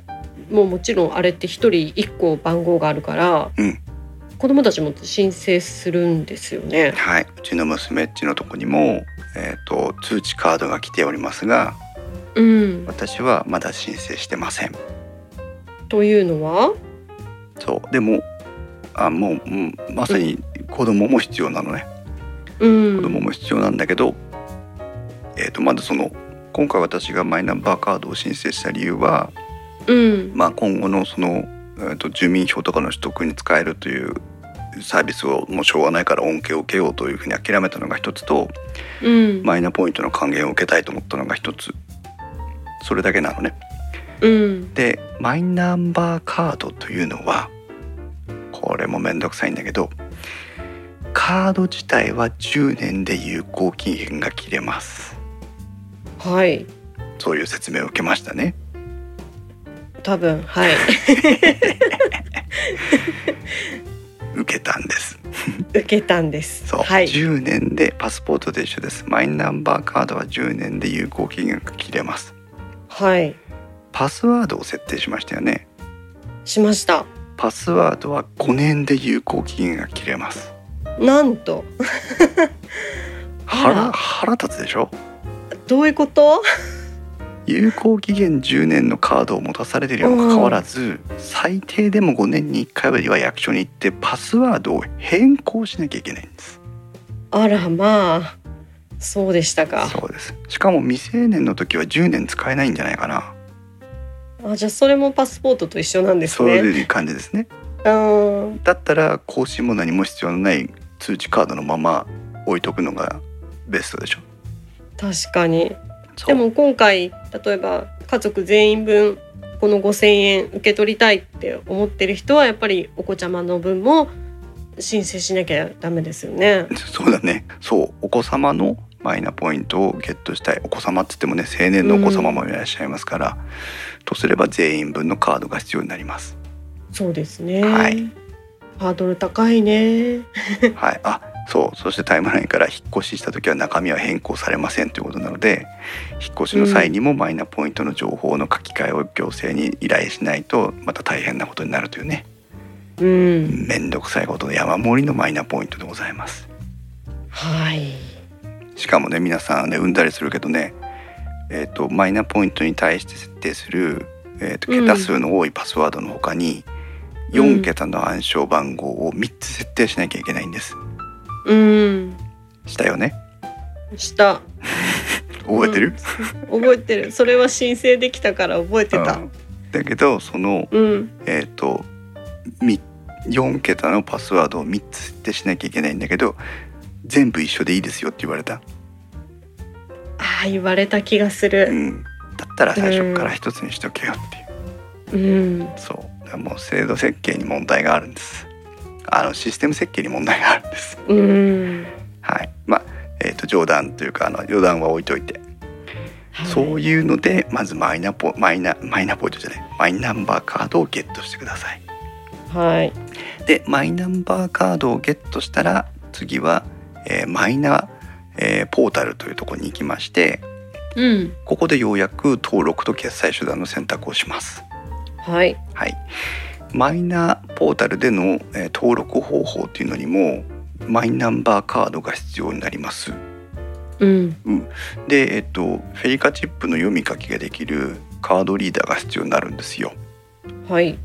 ももちろんあれって一人一個番号があるから、うん子供たちも申請するんですよね。はいうちの娘っちのとこにも、えー、と通知カードが来ておりますがうん。私はまだ申請してませんというのは、そうでもあもう、うん、まさに子供も必要なのねう子供ん。も必要なんだけど、えー、とまずその今回私がマイナンバーカードを申請した理由は、うん。まあ、今後のその、えー、と住民票とかの取得に使えるというサービスをもうしょうがないから恩恵を受けようというふうに諦めたのが一つとうん。マイナポイントの還元を受けたいと思ったのが一つそれだけなのね。うん。でマイナンバーカードというのはこれもめんどくさいんだけどカード自体は10年で有効期限が切れます。はい。そういう説明を受けましたね。多分 はい。受けたんです。受けたんです。そう、はい。 10年でパスポートと一緒です。マイナンバーカードは10年で有効期限が切れます。はい。パスワードを設定しましたよね。しました。パスワードは5年で有効期限が切れます。なんとあ腹ら腹立つでしょ。どういうこと？有効期限10年のカードを持たされているにもかかわらず、最低でも5年に1回は役所に行ってパスワードを変更しなきゃいけないんです。あらまあ。そうでしたか。そうです。しかも未成年の時は10年使えないんじゃないかな。あじゃあそれもパスポートと一緒なんですそうね。いう感じですね。うんだったら更新も何も必要のない通知カードのまま置いとくのがベストでしょ。確かに。そうでも今回例えば家族全員分この5,000円受け取りたいって思ってる人はやっぱりお子ちゃまの分も申請しなきゃダメですよね。そうだね。そうお子様のマイナポイントをゲットしたいお子様って言ってもね成年のお子様もいらっしゃいますから、とすれば全員分のカードが必要になります。 そうですね。はいハードル高いね。はい、あそうそしてタイムラインから引っ越しした時は中身は変更されませんということなので引っ越しの際にもマイナポイントの情報の書き換えを行政に依頼しないとまた大変なことになるというねうん。めんどくさいことの山盛りのマイナポイントでございますはい。しかもね皆さんねうんざりするけどねえっ、とマイナポイントに対して設定する、えーとうん桁数の多いパスワードの他にうん4桁の暗証番号を3つ設定しなきゃいけないんですうん。したよねした。覚えてる、うん覚えてる。それは申請できたから覚えてたう。んだけどそのうん。えっ、とみ4桁のパスワードを3つ設定しなきゃいけないんだけど全部一緒でいいですよって言われた、ああ言われた気がすうる。ん、だったら最初から1つにしとけよっていう、うん。そうだからもう制度設計に問題があるんですあのシステム設計に問題があるんですうん。はいまあえっ、と冗談というかあの余談は置いといて、そういうのでまずマイナポマイナマイナポイントじゃないマイナンバーカードをゲットしてくださいはい。でマイナンバーカードをゲットしたら次は、えーマイナ、えーポータルというところに行きましてうん。ここでようやく登録と決済手段の選択をします。はい。はい、マイナポータルでの、えー登録方法というのにもマイナンバーカードが必要になります。うん。で、えっと、フェリカチップの読み書きができるカードリーダーが必要になるんですよ。はい。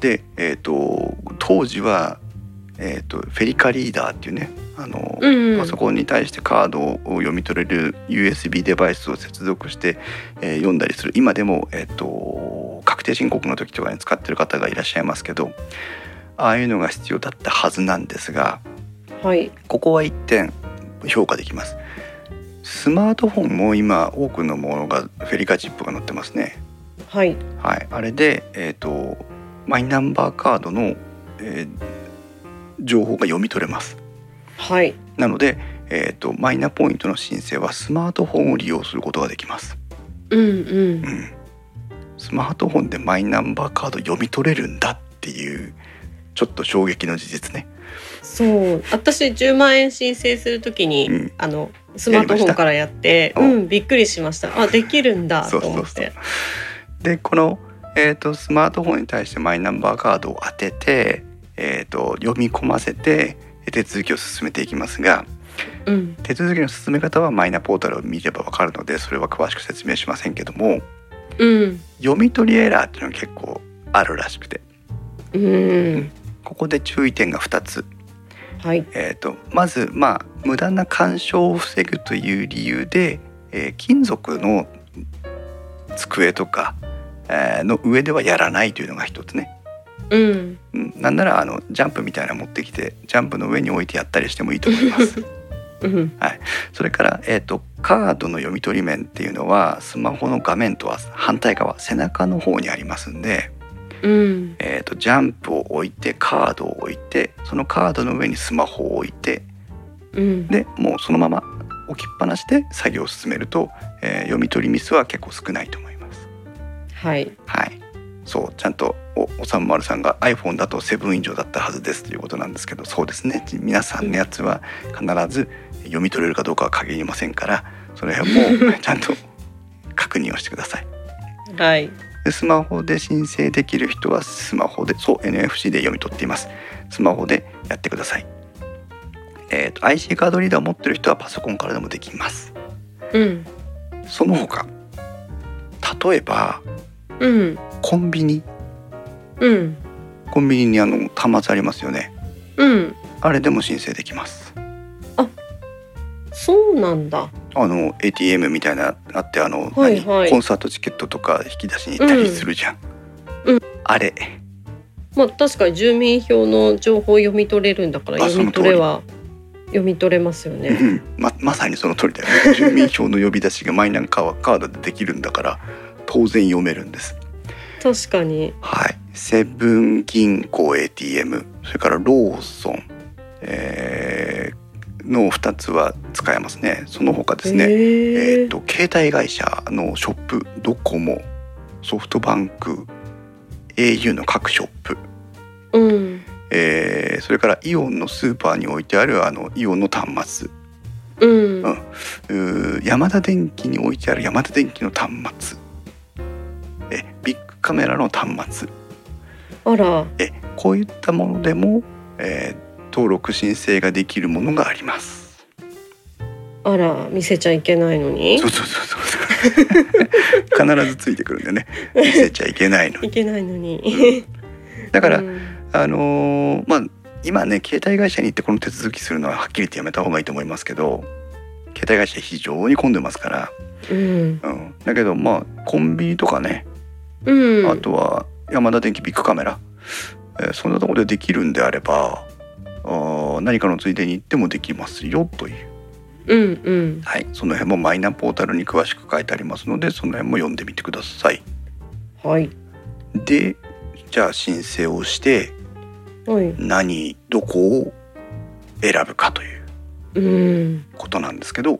で、えっと、当時は、えっと、フェリカリーダーっていうねあの、うん。パソコンに対してカードを読み取れる USB デバイスを接続して、えー読んだりする今でも、えっと確定申告の時とかに使ってる方がいらっしゃいますけどああいうのが必要だったはずなんですがはい。ここは1点評価できますスマートフォンも今多くのものがフェリカチップが載ってますねはいはい、あれで、えー、とマイナンバーカードの、えー情報が読み取れますはいなので、えー、とマイナポイントの申請はスマートフォンを利用することができます、うんうんうん、スマートフォンでマイナンバーカード読み取れるんだっていうちょっと衝撃の事実ね、そう私10万円申請するときに、うんあのスマートフォンからやってやりましたうんびっくりしましたあできるんだ そとうそう思そうってでこの、えー、とスマートフォンに対してマイナンバーカードを当てて、えー、と読み込ませて手続きを進めていきますが、うん手続きの進め方はマイナポータルを見ればわかるのでそれは詳しく説明しませんけどもうん読み取りエラーっていうのが結構あるらしくてうんここで注意点が2つ、はいえー、とまず、まあ、無駄な干渉を防ぐという理由で、えー金属の机とか、えーの上ではやらないというのが1つね、うんうん、なんならあのジャンプみたいなの持ってきてジャンプの上に置いてやったりしてもいいと思います。うんそれから、えー、とカードの読み取り面っていうのはスマホの画面とは反対側背中の方にありますんで、うんえー、とジャンプを置いてカードを置いてそのカードの上にスマホを置いてうんでもうそのまま置きっぱなしで作業を進めると、えー読み取りミスは結構少ないと思います。はいはいそうちゃんとおおさんまるさんが iPhone だと7以上だったはずですということなんですけどそうですねじ皆さんのやつは必ず読み取れるかどうかは限りませんからその辺もちゃんと確認をしてくださいはいでスマホで申請できる人はスマホでそう NFC で読み取っていますスマホでやってくださいえーと IC カードリーダーを持ってる人はパソコンからでもできますうんその他例えばうんコンビニうんコンビニにあの端末ありますよねうんあれでも申請できます。そうなんだあの ATM みたいなあってあの、はい何はいコンサートチケットとか引き出しに行ったりするじゃん。うんうあれまあ確かに住民票の情報を読み取れるんだからあ読み取れは読み取れますようねん ままさにその通りだ よね。住民票の呼び出しがマイナンカードでできるんだから当然読めるんです。確かにはい。セブン銀行 ATM それからローソン、えーの2つは使えますね。その他ですね。ええー、と携帯会社のショップドコモソフトバンク au の各ショップ、うんえーそれからイオンのスーパーに置いてあるあのイオンの端末うんうんうーヤマダ電機に置いてあるヤマダ電機の端末えビッグカメラの端末あらえこういったものでも、えー登録申請ができるものがあります。あら見せちゃいけないのにそうそうそうそう そう必ずついてくるんでね見せちゃいけないの いけないのにだから、うんあのーまあ今ね携帯会社に行ってこの手続きするのははっきり言ってやめた方がいいと思いますけど携帯会社非常に混んでますから、うんうん、だけどまあコンビニとかね、うんあとはヤマダ電機ビッグカメラ、えーそんなところでできるんであればあー何かのついでに行ってもできますよという、うんうんはい、その辺もマイナポータルに詳しく書いてありますのでその辺も読んでみてください。はいでじゃあ申請をしてはい何どこを選ぶかという。うんことなんですけど、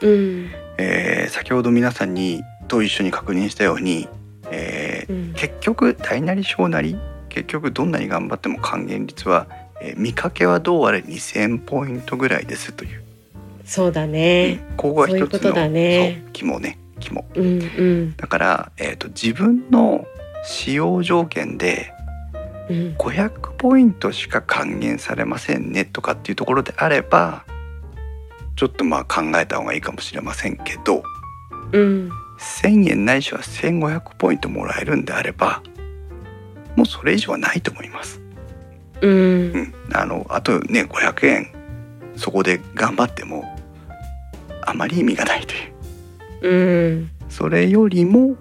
うんえー先ほど皆さんにと一緒に確認したように、えーうん結局大なり小なり結局どんなに頑張っても還元率は、えー見かけはどうあれ2,000ポイントぐらいですという、そうだねうんここがそういう一こつとのだねそう肝ね肝うんうんだから、えー、と自分の使用条件でうん500ポイントしか還元されませんねとかっていうところであればちょっとまあ考えた方がいいかもしれませんけど、うん1,000円ないしは1,500ポイントもらえるんであればもうそれ以上はないと思います。ううんん、あのあとね500円そこで頑張ってもあまり意味がないといううんそれよりも、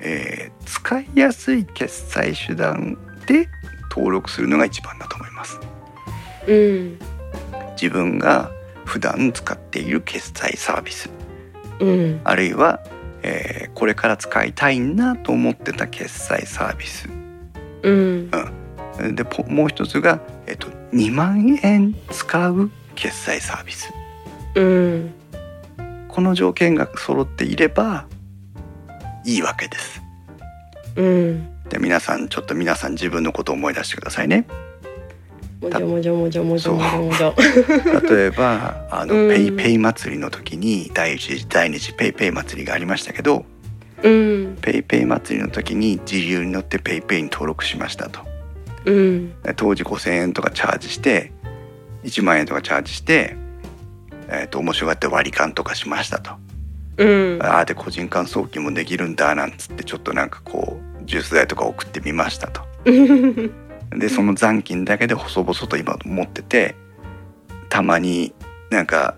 えー使いやすい決済手段で登録するのが一番だと思います。うん自分が普段使っている決済サービスうんあるいは、ええーこれから使いたいなと思ってた決済サービスうんでポもう一つが、えっと2万円使う決済サービスうんこの条件が揃っていればいいわけですうんで皆さんちょっと皆さん自分のことを思い出してください ねもじょもじょもじょもじょもじょもじょ例えばあの、うんペイペイ祭りの時に第一次第二次ペイペイ祭りがありましたけどうんペイペイ祭りの時に自由に乗ってペイペイに登録しましたとうんで当時5,000円とかチャージして1万円とかチャージして、えー、と面白がって割り勘とかしましたとうんああで個人間送金もできるんだなんつってちょっとなんかこうジュース代とか送ってみましたとでその残金だけで細々と今持っててたまになんか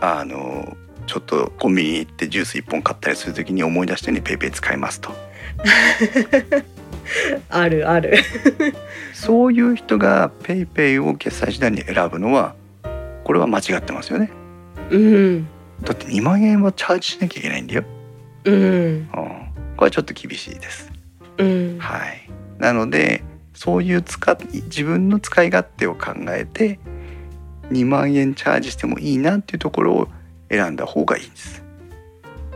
あのちょっとコンビニ行ってジュース1本買ったりする時に思い出したようにペイペイ使いますとあるあるそういう人がペイペイを決済手段に選ぶのはこれは間違ってますよねうんだって2万円はチャージしなきゃいけないんだよ、うんうん、これはちょっと厳しいですうんはい、なのでそういう使い自分の使い勝手を考えて2万円チャージしてもいいなっていうところを選んだ方がいいです。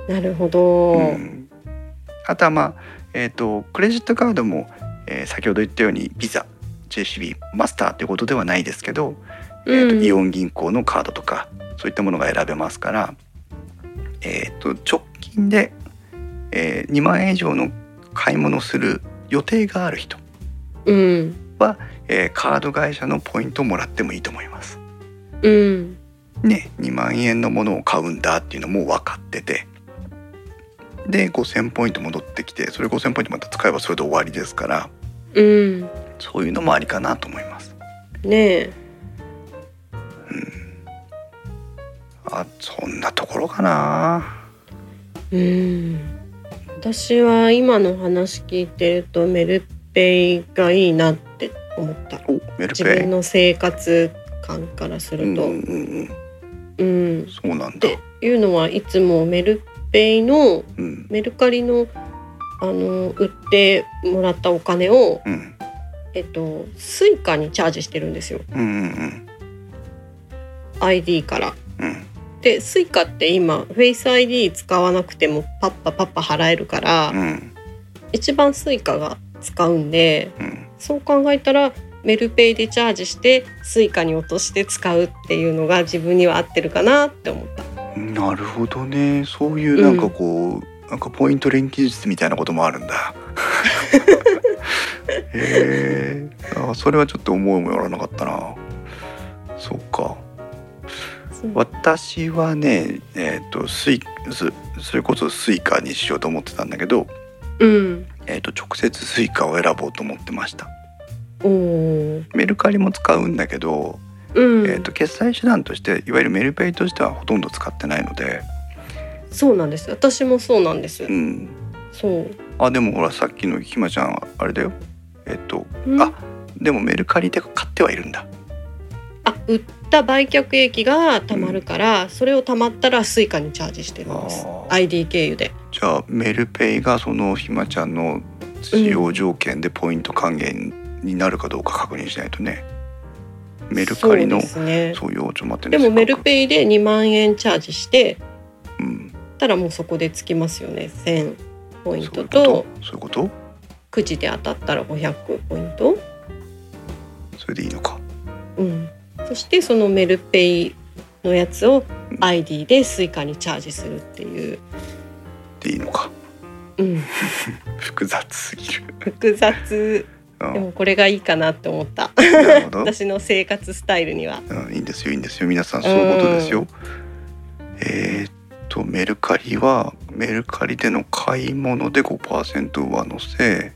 なるほどうんあとはまあ、えー、とクレジットカードも、えー先ほど言ったようにビザ JCB マスターということではないですけど、えーとうんイオン銀行のカードとかそういったものが選べますから、えー、と直近で、えー2万円以上の買い物をする予定がある人うんえーカード会社のポイントをもらってもいいと思います。うんね、2万円のものを買うんだっていうのも分かっててで5,000ポイント戻ってきてそれ5,000ポイントまた使えばそれで終わりですからうんそういうのもありかなと思います。ねえあそんなところかな。うん私は今の話聞いてるとメルペイがいいなって思ったおメル自ペ分イの生活感からすうるんうと、んうん、うん、っそうなんだて、いうのはいつもメルペイのうんメルカリのあの売ってもらったお金を、うん、えっと、スイカにチャージしてるんですようんうん ID から。うんでスイカって今フェイス ID 使わなくてもパッパパッパ払えるから、うんうん一番スイカが使うんでうんそう考えたらメルペイでチャージしてスイカに落として使うっていうのが自分には合ってるかなって思った。うんなるほどねそういうなんかこう、なんかポイント連携術みたいなこともあるんだ。へえあそれはちょっと思いもよらなかったな。そっか私はねえっ、とスイスそれこそスイカにしようと思ってたんだけど、うん、えー、と直接スイカを選ぼうと思ってました。おーメルカリも使うんだけど、うん、えー、と決済手段としていわゆるメルペイとしてはほとんど使ってないので、そうなんです私もそうなんです、うん、そうあでもほらさっきのひまちゃんあれだよえっとんあでもメルカリで買ってはいるんだあ売った売却益が貯まるから、それを貯まったらスイカにチャージしてるんですあー ID 経由でじゃあメルペイがそのひまちゃんの使用条件でポイント還元になるかどうか確認しないとねメルカリのそそうですねうよちょっと待ってでねもメルイ、ペイで2万円チャージしてうん、たらもうそこでつきますよね1000ポインそういうトこととそういうことくじで当たったら500ポイント、それでいいのかうん、そしてそのメルペイのやつを ID でスイカにチャージするっていう、でいいのかうん、複雑すぎる、複雑うんでもこれがいいかなって思ったなるほど私の生活スタイルには。うん、いいんですよいいんですよ皆さんそういうことですよ。えーっとメルカリはメルカリでの買い物で5%上乗せ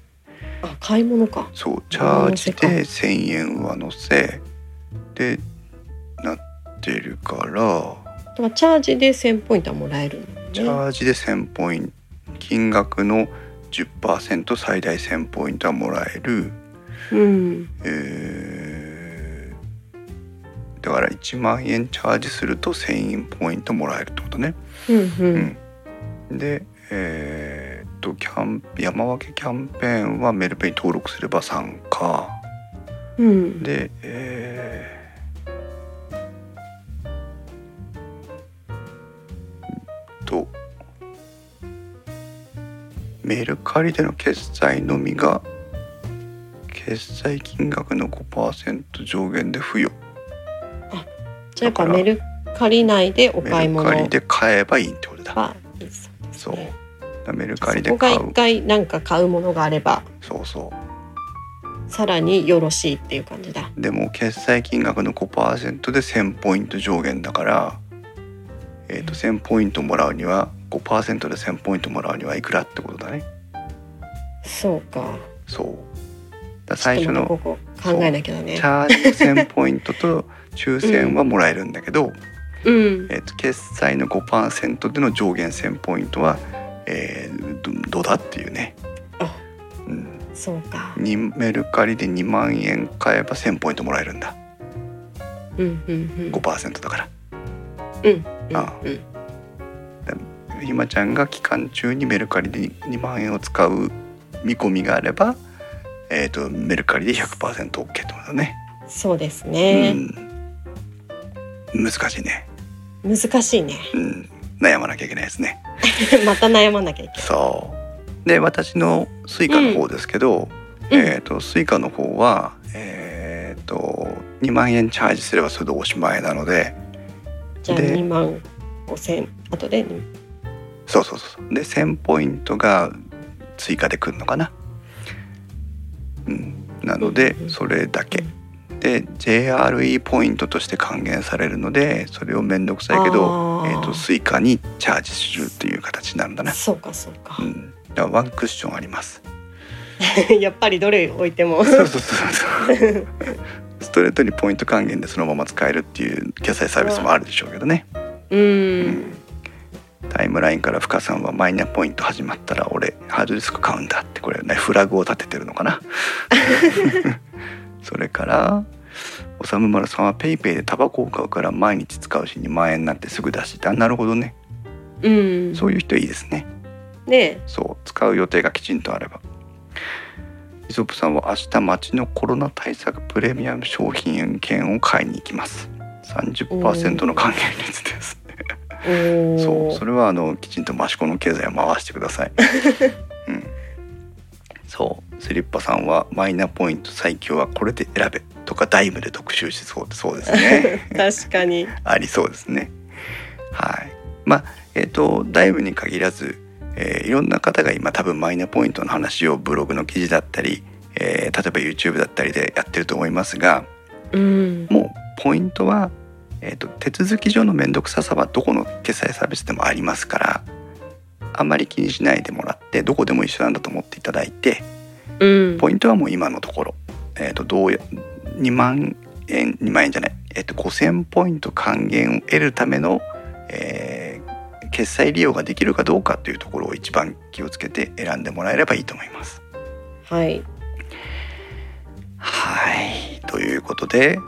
あ買い物かそうチャージ上で1,000円上乗せでなってるからだからチャージで1000ポイントはもらえるのねチャージで1,000ポイント金額の10%最大1,000ポイントはもらえる。うんえーだから1万円チャージすると1,000ポイントもらえるってことね。うんうんで、えーっとキャン山分けキャンペーンはメルペイに登録すれば参加うん。で、えーとメルカリでの決済のみが決済金額の5%上限で付与じゃあやっぱだからメルカリ内でお買メいル物カリで買えばいいってことだは。いいですそうねだからメルカリそでこが買う一回なんか買うものがあればそうそうさらによろしいっていう感じだ。でも決済金額の5%で1,000ポイント上限だから、えー、と1,000ポイントもらうには5%で1,000ポイントもらうにはいくらってことだねそうか。そうだから最初ちょのっとまたここ考えなきゃだチね。ャージ1,000ポイントと抽選はもらえるんだけど、うん。えー、と決済の5%での上限1,000ポイントは、えーどどうだっていうねあ、うん、そうか。にメルカリで2万円買えば1,000ポイントもらえるんだうんうん5%だから。うん。あうんうん。ひまちゃんが期間中にメルカリで2万円を使う見込みがあれば、えー、とメルカリで 100%OK ってことだね、そうですね。うん、難しいね、難しいね。 うん、悩まなきゃいけないですねまた悩まなきゃいけない。そうで私のスイカの方ですけど、うんえー、とスイカの方はえっ、と2万円チャージすればそれでおしまいなのでじゃあで2万5千あとで2そうそうそうそうで1000ポイントが追加でくるのかなうんなのでうんうんそれだけで JRE ポイントとして還元されるのでそれを面倒くさいけどあえー、とスイカにチャージするっていう形になるんだな、そうかそうかう。ん、だからワンクッションあります やっぱりどれ置いても。そうそうそうそうストレートにポイント還元でそのまま使えるっていう決済サービスもあるでしょうけどねうん。タイムラインから深さんはマイナポイント始まったら俺ハードディスク買うんだってこれねフラグを立ててるのか なそれからおさむまるさんはペイペイでタバコを買うから毎日使うし2万円なんてすぐ出してあなるほどねうん。そういう人いいですねねそう使う予定がきちんとあればイソップさんは明日町のコロナ対策プレミアム商品券を買いに行きます30%の還元率ですおお。そうそれはあのきちんと益子の経済を回してください、うん、そうスリッパさんはマイナポイント最強はこれで選べとかダイムで特集しそうでそうです ね 確かに。ありそうですねはいまあえっ、とダイムに限らず、えーいろんな方が今多分マイナポイントの話をブログの記事だったり、えー例えば YouTube だったりでやってると思いますがうん。もうポイントは、えー、と手続き上の面倒くささはどこの決済サービスでもありますからあんまり気にしないでもらってどこでも一緒なんだと思っていただいてうん。ポイントはもう今のところ、えー、とどうや2万円2万円じゃない、えー、と5,000ポイント還元を得るための、えー決済利用ができるかどうかというところを一番気をつけて選んでもらえればいいと思います。はい。はい。ということで、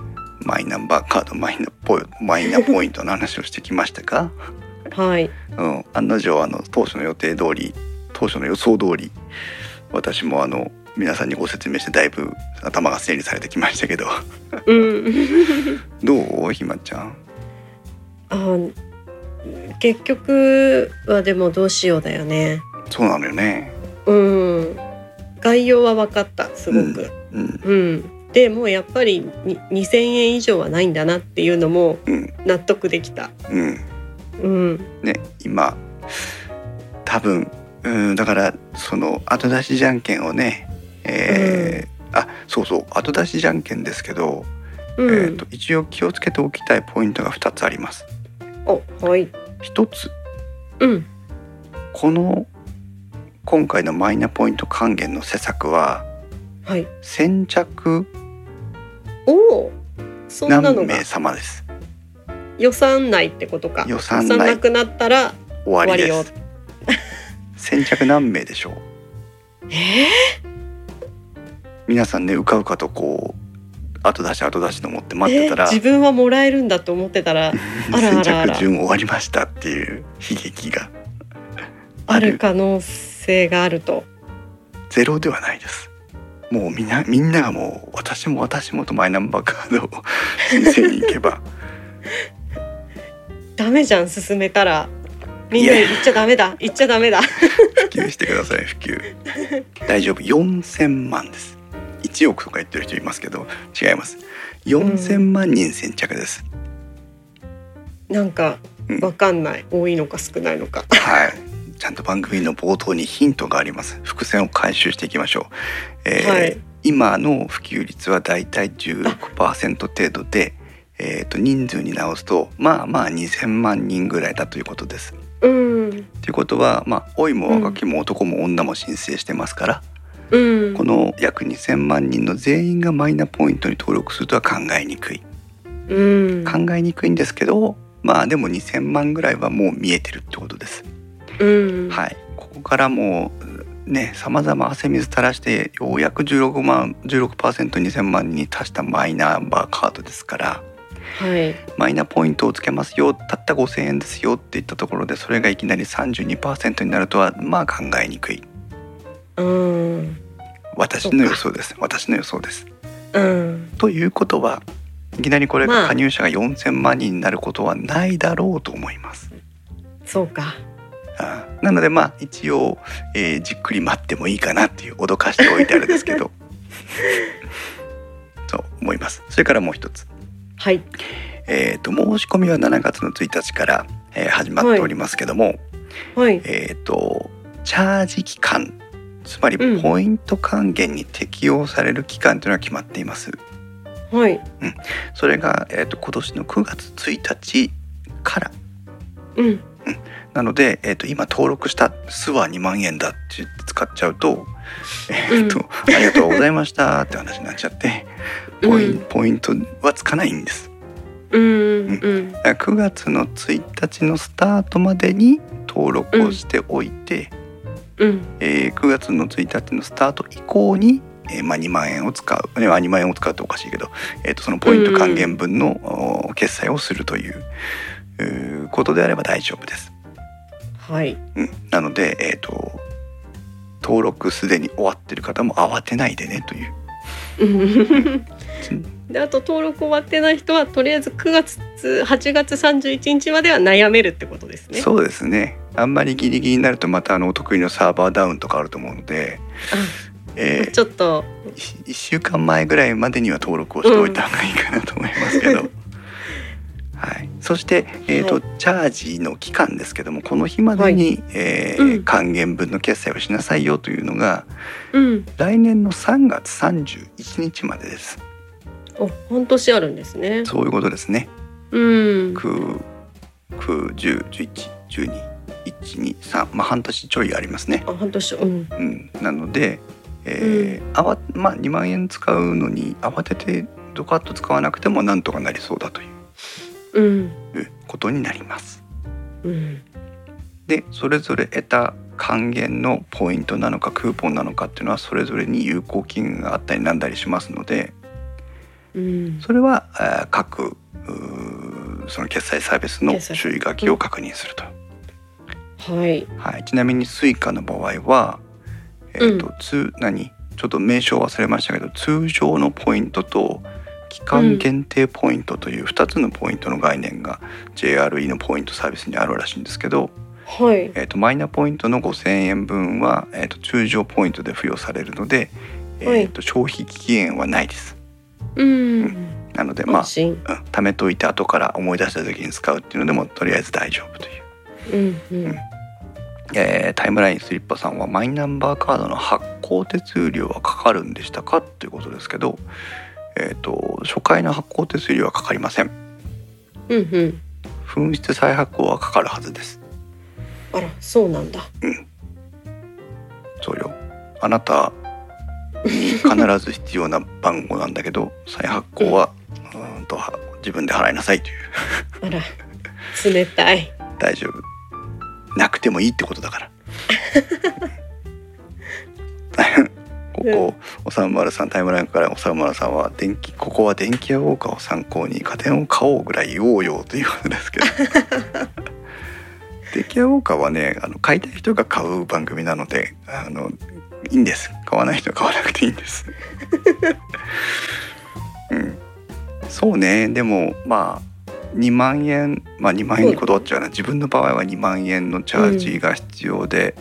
マイナンバーカード、マイナポイマイナポイントの話をしてきましたが、はい。うん、案の定あの当初の予定通り、当初の予想通り、私もあの皆さんにご説明してだいぶ頭が整理されてきましたけど、うん。どうひまちゃん？あ結局はでもどうしようだよね。そうなのよね。うん。概要は分かったすごく。うんうん。でもうやっぱりに2000円以上はないんだなっていうのもうん納得できた。うん。うん。ね今多分うんだからその後出しじゃんけんをね、えーあそうそう後出しじゃんけんですけど、うん。えー、と一応気をつけておきたいポイントが2つあります。おはい。 1つうん。この今回のマイナポイント還元の施策ははい。先着おお。そんな何のが名様です。予算内ってことか。予算内予なくなったら終わり終わでりす。先着何名でしょうえ皆さんねうかうかとこう後出し後出しと思ってー、待ってたら、えー自分はもらえるんだと思ってたらあらあらあ先ら着順終わりましたっていう悲劇がある可能性があると。ゼロではないですもうみんなみんながもう私も私もとマイナンバーカードを 申請に行けばダメじゃん進めたらみんないや行っちゃダメだ行っちゃダ メだ普及してください普及大丈夫4000万です1億とか言ってる人いますけど違います4000万人先着です、なんかうんわかんない多いのか少ないのかはい。ちゃんと番組の冒頭にヒントがあります。伏線を回収していきましょう。えーはい今の普及率はだいたい16%程度で、えーと人数に直すとまあまあ2,000万人ぐらいだということです。うんということは、まあ、老いも若きも男も女も申請してますから、うんこの約2,000万人の全員がマイナポイントに登録するとは考えにくい。うん考えにくいんですけどまあでも2,000万ぐらいはもう見えてるってことです。うんはい、ここからもうねさまざま汗水垂らしてようやく16万 16%2,000 万人に達したマイナンバーカードですからはいマイナポイントをつけますよたった5,000円ですよって言ったところでそれがいきなり32%になるとはまあ考えにくいうん私の予想です私の予想です。うんということはいきなりこれまあ加入者が4,000万人になることはないだろうと思います。そうかあーなのでまあ一応、えーじっくり待ってもいいかなっていう脅かしておいてあるんですけ どそう思いますそれからもう一つ、はいえー、と申し込みは7月の1日から、えー始まっておりますけども、はいえっ、とチャージ期間つまりうんポイント還元に適用される期間というのが決まっています、はいそれが、えー、と今年の9月1日からうんなので、えー、と今登録したスは2万円だって言って使っちゃうと,、えーとありがとうございましたって話になっちゃってポイ,、うんポイントはつかないんです。うんうんだから9月の1日のスタートまでに登録をしておいて、うんえー9月の1日のスタート以降に、えーまあ、2万円を使う、ね、あ2万円を使うっておかしいけど、えー、とそのポイント還元分の、お決済をするといううーことであれば大丈夫です。はいうん、なので、えー、と登録すでに終わってる方も慌てないでねといううん うんであと登録終わってない人はとりあえず9月8月31日までは悩めるってことですね。そうですねあんまりギリギリになるとまたあのお得意のサーバーダウンとかあると思うので、えちょっと1週間前ぐらいまでには登録をしておいた方がいいかなと思いますけど、 はい、そして、えーとはチャージの期間ですけどもこの日までに、えーうん還元分の決済をしなさいよというのがうん来年の3月31日までですお半年あるんですね。そういうことですね。うん9 9 10 11 12 1 2 3まあ半年ちょいありますね。あ半年うんうん、なので、えーあわまあ、2万円使うのに慌ててドカッと使わなくてもなんとかなりそうだといううんうんことになります。うんでそれぞれ得た還元のポイントなのかクーポンなのかっていうのはそれぞれに有効期限があったりなんだりしますのでうんそれはあー各うーその決済サービスの決済注意書きを確認すると。はいはい、ちなみに Suica の場合は、えーとつ何ちょっと名称忘れましたけど通常のポイントと期間限定ポイントという2つのポイントの概念が JRE のポイントサービスにあるらしいんですけど、はいえー、とマイナポイントの5,000円分は、えー、と通常ポイントで付与されるので、えはいー、と消費期限はないです。うんなのでま安あ、う心ん貯めといて後から思い出した時に使うっていうのでもとりあえず大丈夫という。うんうんえータイムラインスリッパさんはマイナンバーカードの発行手数料はかかるんでしたかということですけど、えー、と初回の発行手数料はかかりませんうんうん紛失再発行はかかるはずですあらそうなんだそうよあなたに必ず必要な番号なんだけど再発行はうーんとは自分で払いなさいというあら冷たい大丈夫なくてもいいってことだからここおさんまるさんタイムラインからおさんまるさんは電気ここは電気屋ウォーカーを参考に家電を買おうぐらい言おうよということですけど出来屋ウォーカーはねあの買いたい人が買う番組なのであのいいんです買わない人は買わなくていいんです うんそうねでもまあ2万円まあ2万円にこだわっちゃうな自分の場合は2万円のチャージが必要で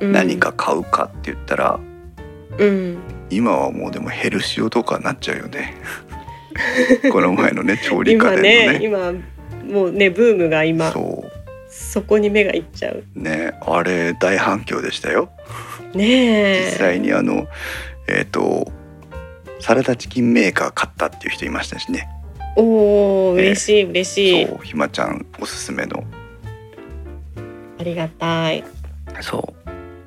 うん何か買うかって言ったら、うん今はもうでもヘルシオとかになっちゃうよ ねこの前のね調理家今電のねね今もうねブームが今そそこに目がいっちゃううねあれ大反響でしたよねえ実際にあのえっ、とサラダチキンメーカー買ったっていう人いましたしねおおね嬉しい嬉しい、そうひまちゃんおすすめのありがたいそう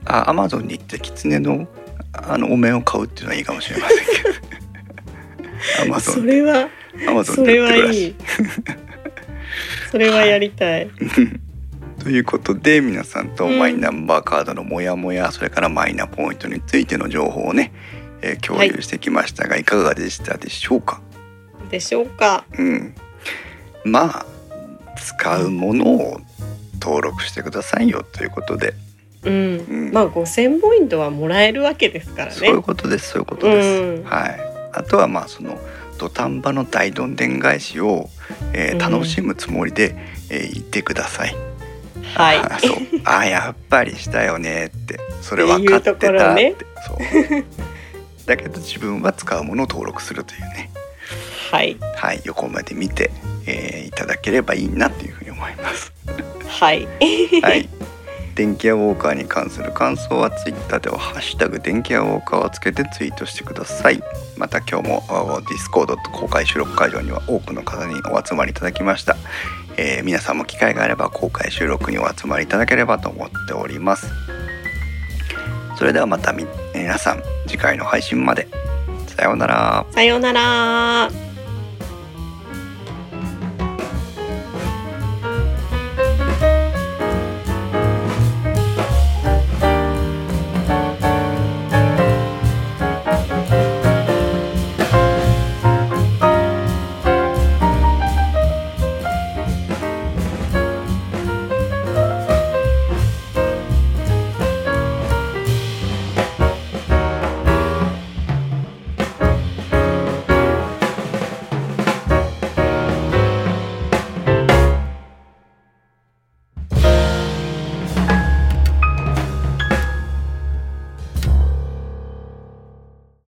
あアマゾンに行ってキツネのあのお面を買うっていうのはいいかもしれませんけどア マゾそンれはアマゾそンれで売っはてるらいしい いそれはやりたいということで皆さんとうんマイナンバーカードのモヤモヤそれからマイナポイントについての情報をね、えー共有してきましたが、い、かがでしたでしょうか、でしょうかうん、まあ使うものを登録してくださいよということで、うん、うんまあ5000ポイントはもらえるわけですからねそういうことですそういうことです。うんはい、あとはまあその土壇場の大どんでん返しを、えーうん楽しむつもりで、えー言ってください。はいあそうあやっぱりしたよねってそれ分かってたっっていうところてねそう だけど自分は使うものを登録するというね、はいはい、横まで見て、えーいただければいいなというふうに思います。はいはい電気屋ウォーカーに関する感想はツイッターではハッシュタグ電気屋ウォーカーをつけてツイートしてくださいまた今日もディスコードと公開収録会場には多くの方にお集まりいただきました、えー皆さんも機会があれば公開収録にお集まりいただければと思っておりますそれではまたみ皆さん次回の配信までさようならさようなら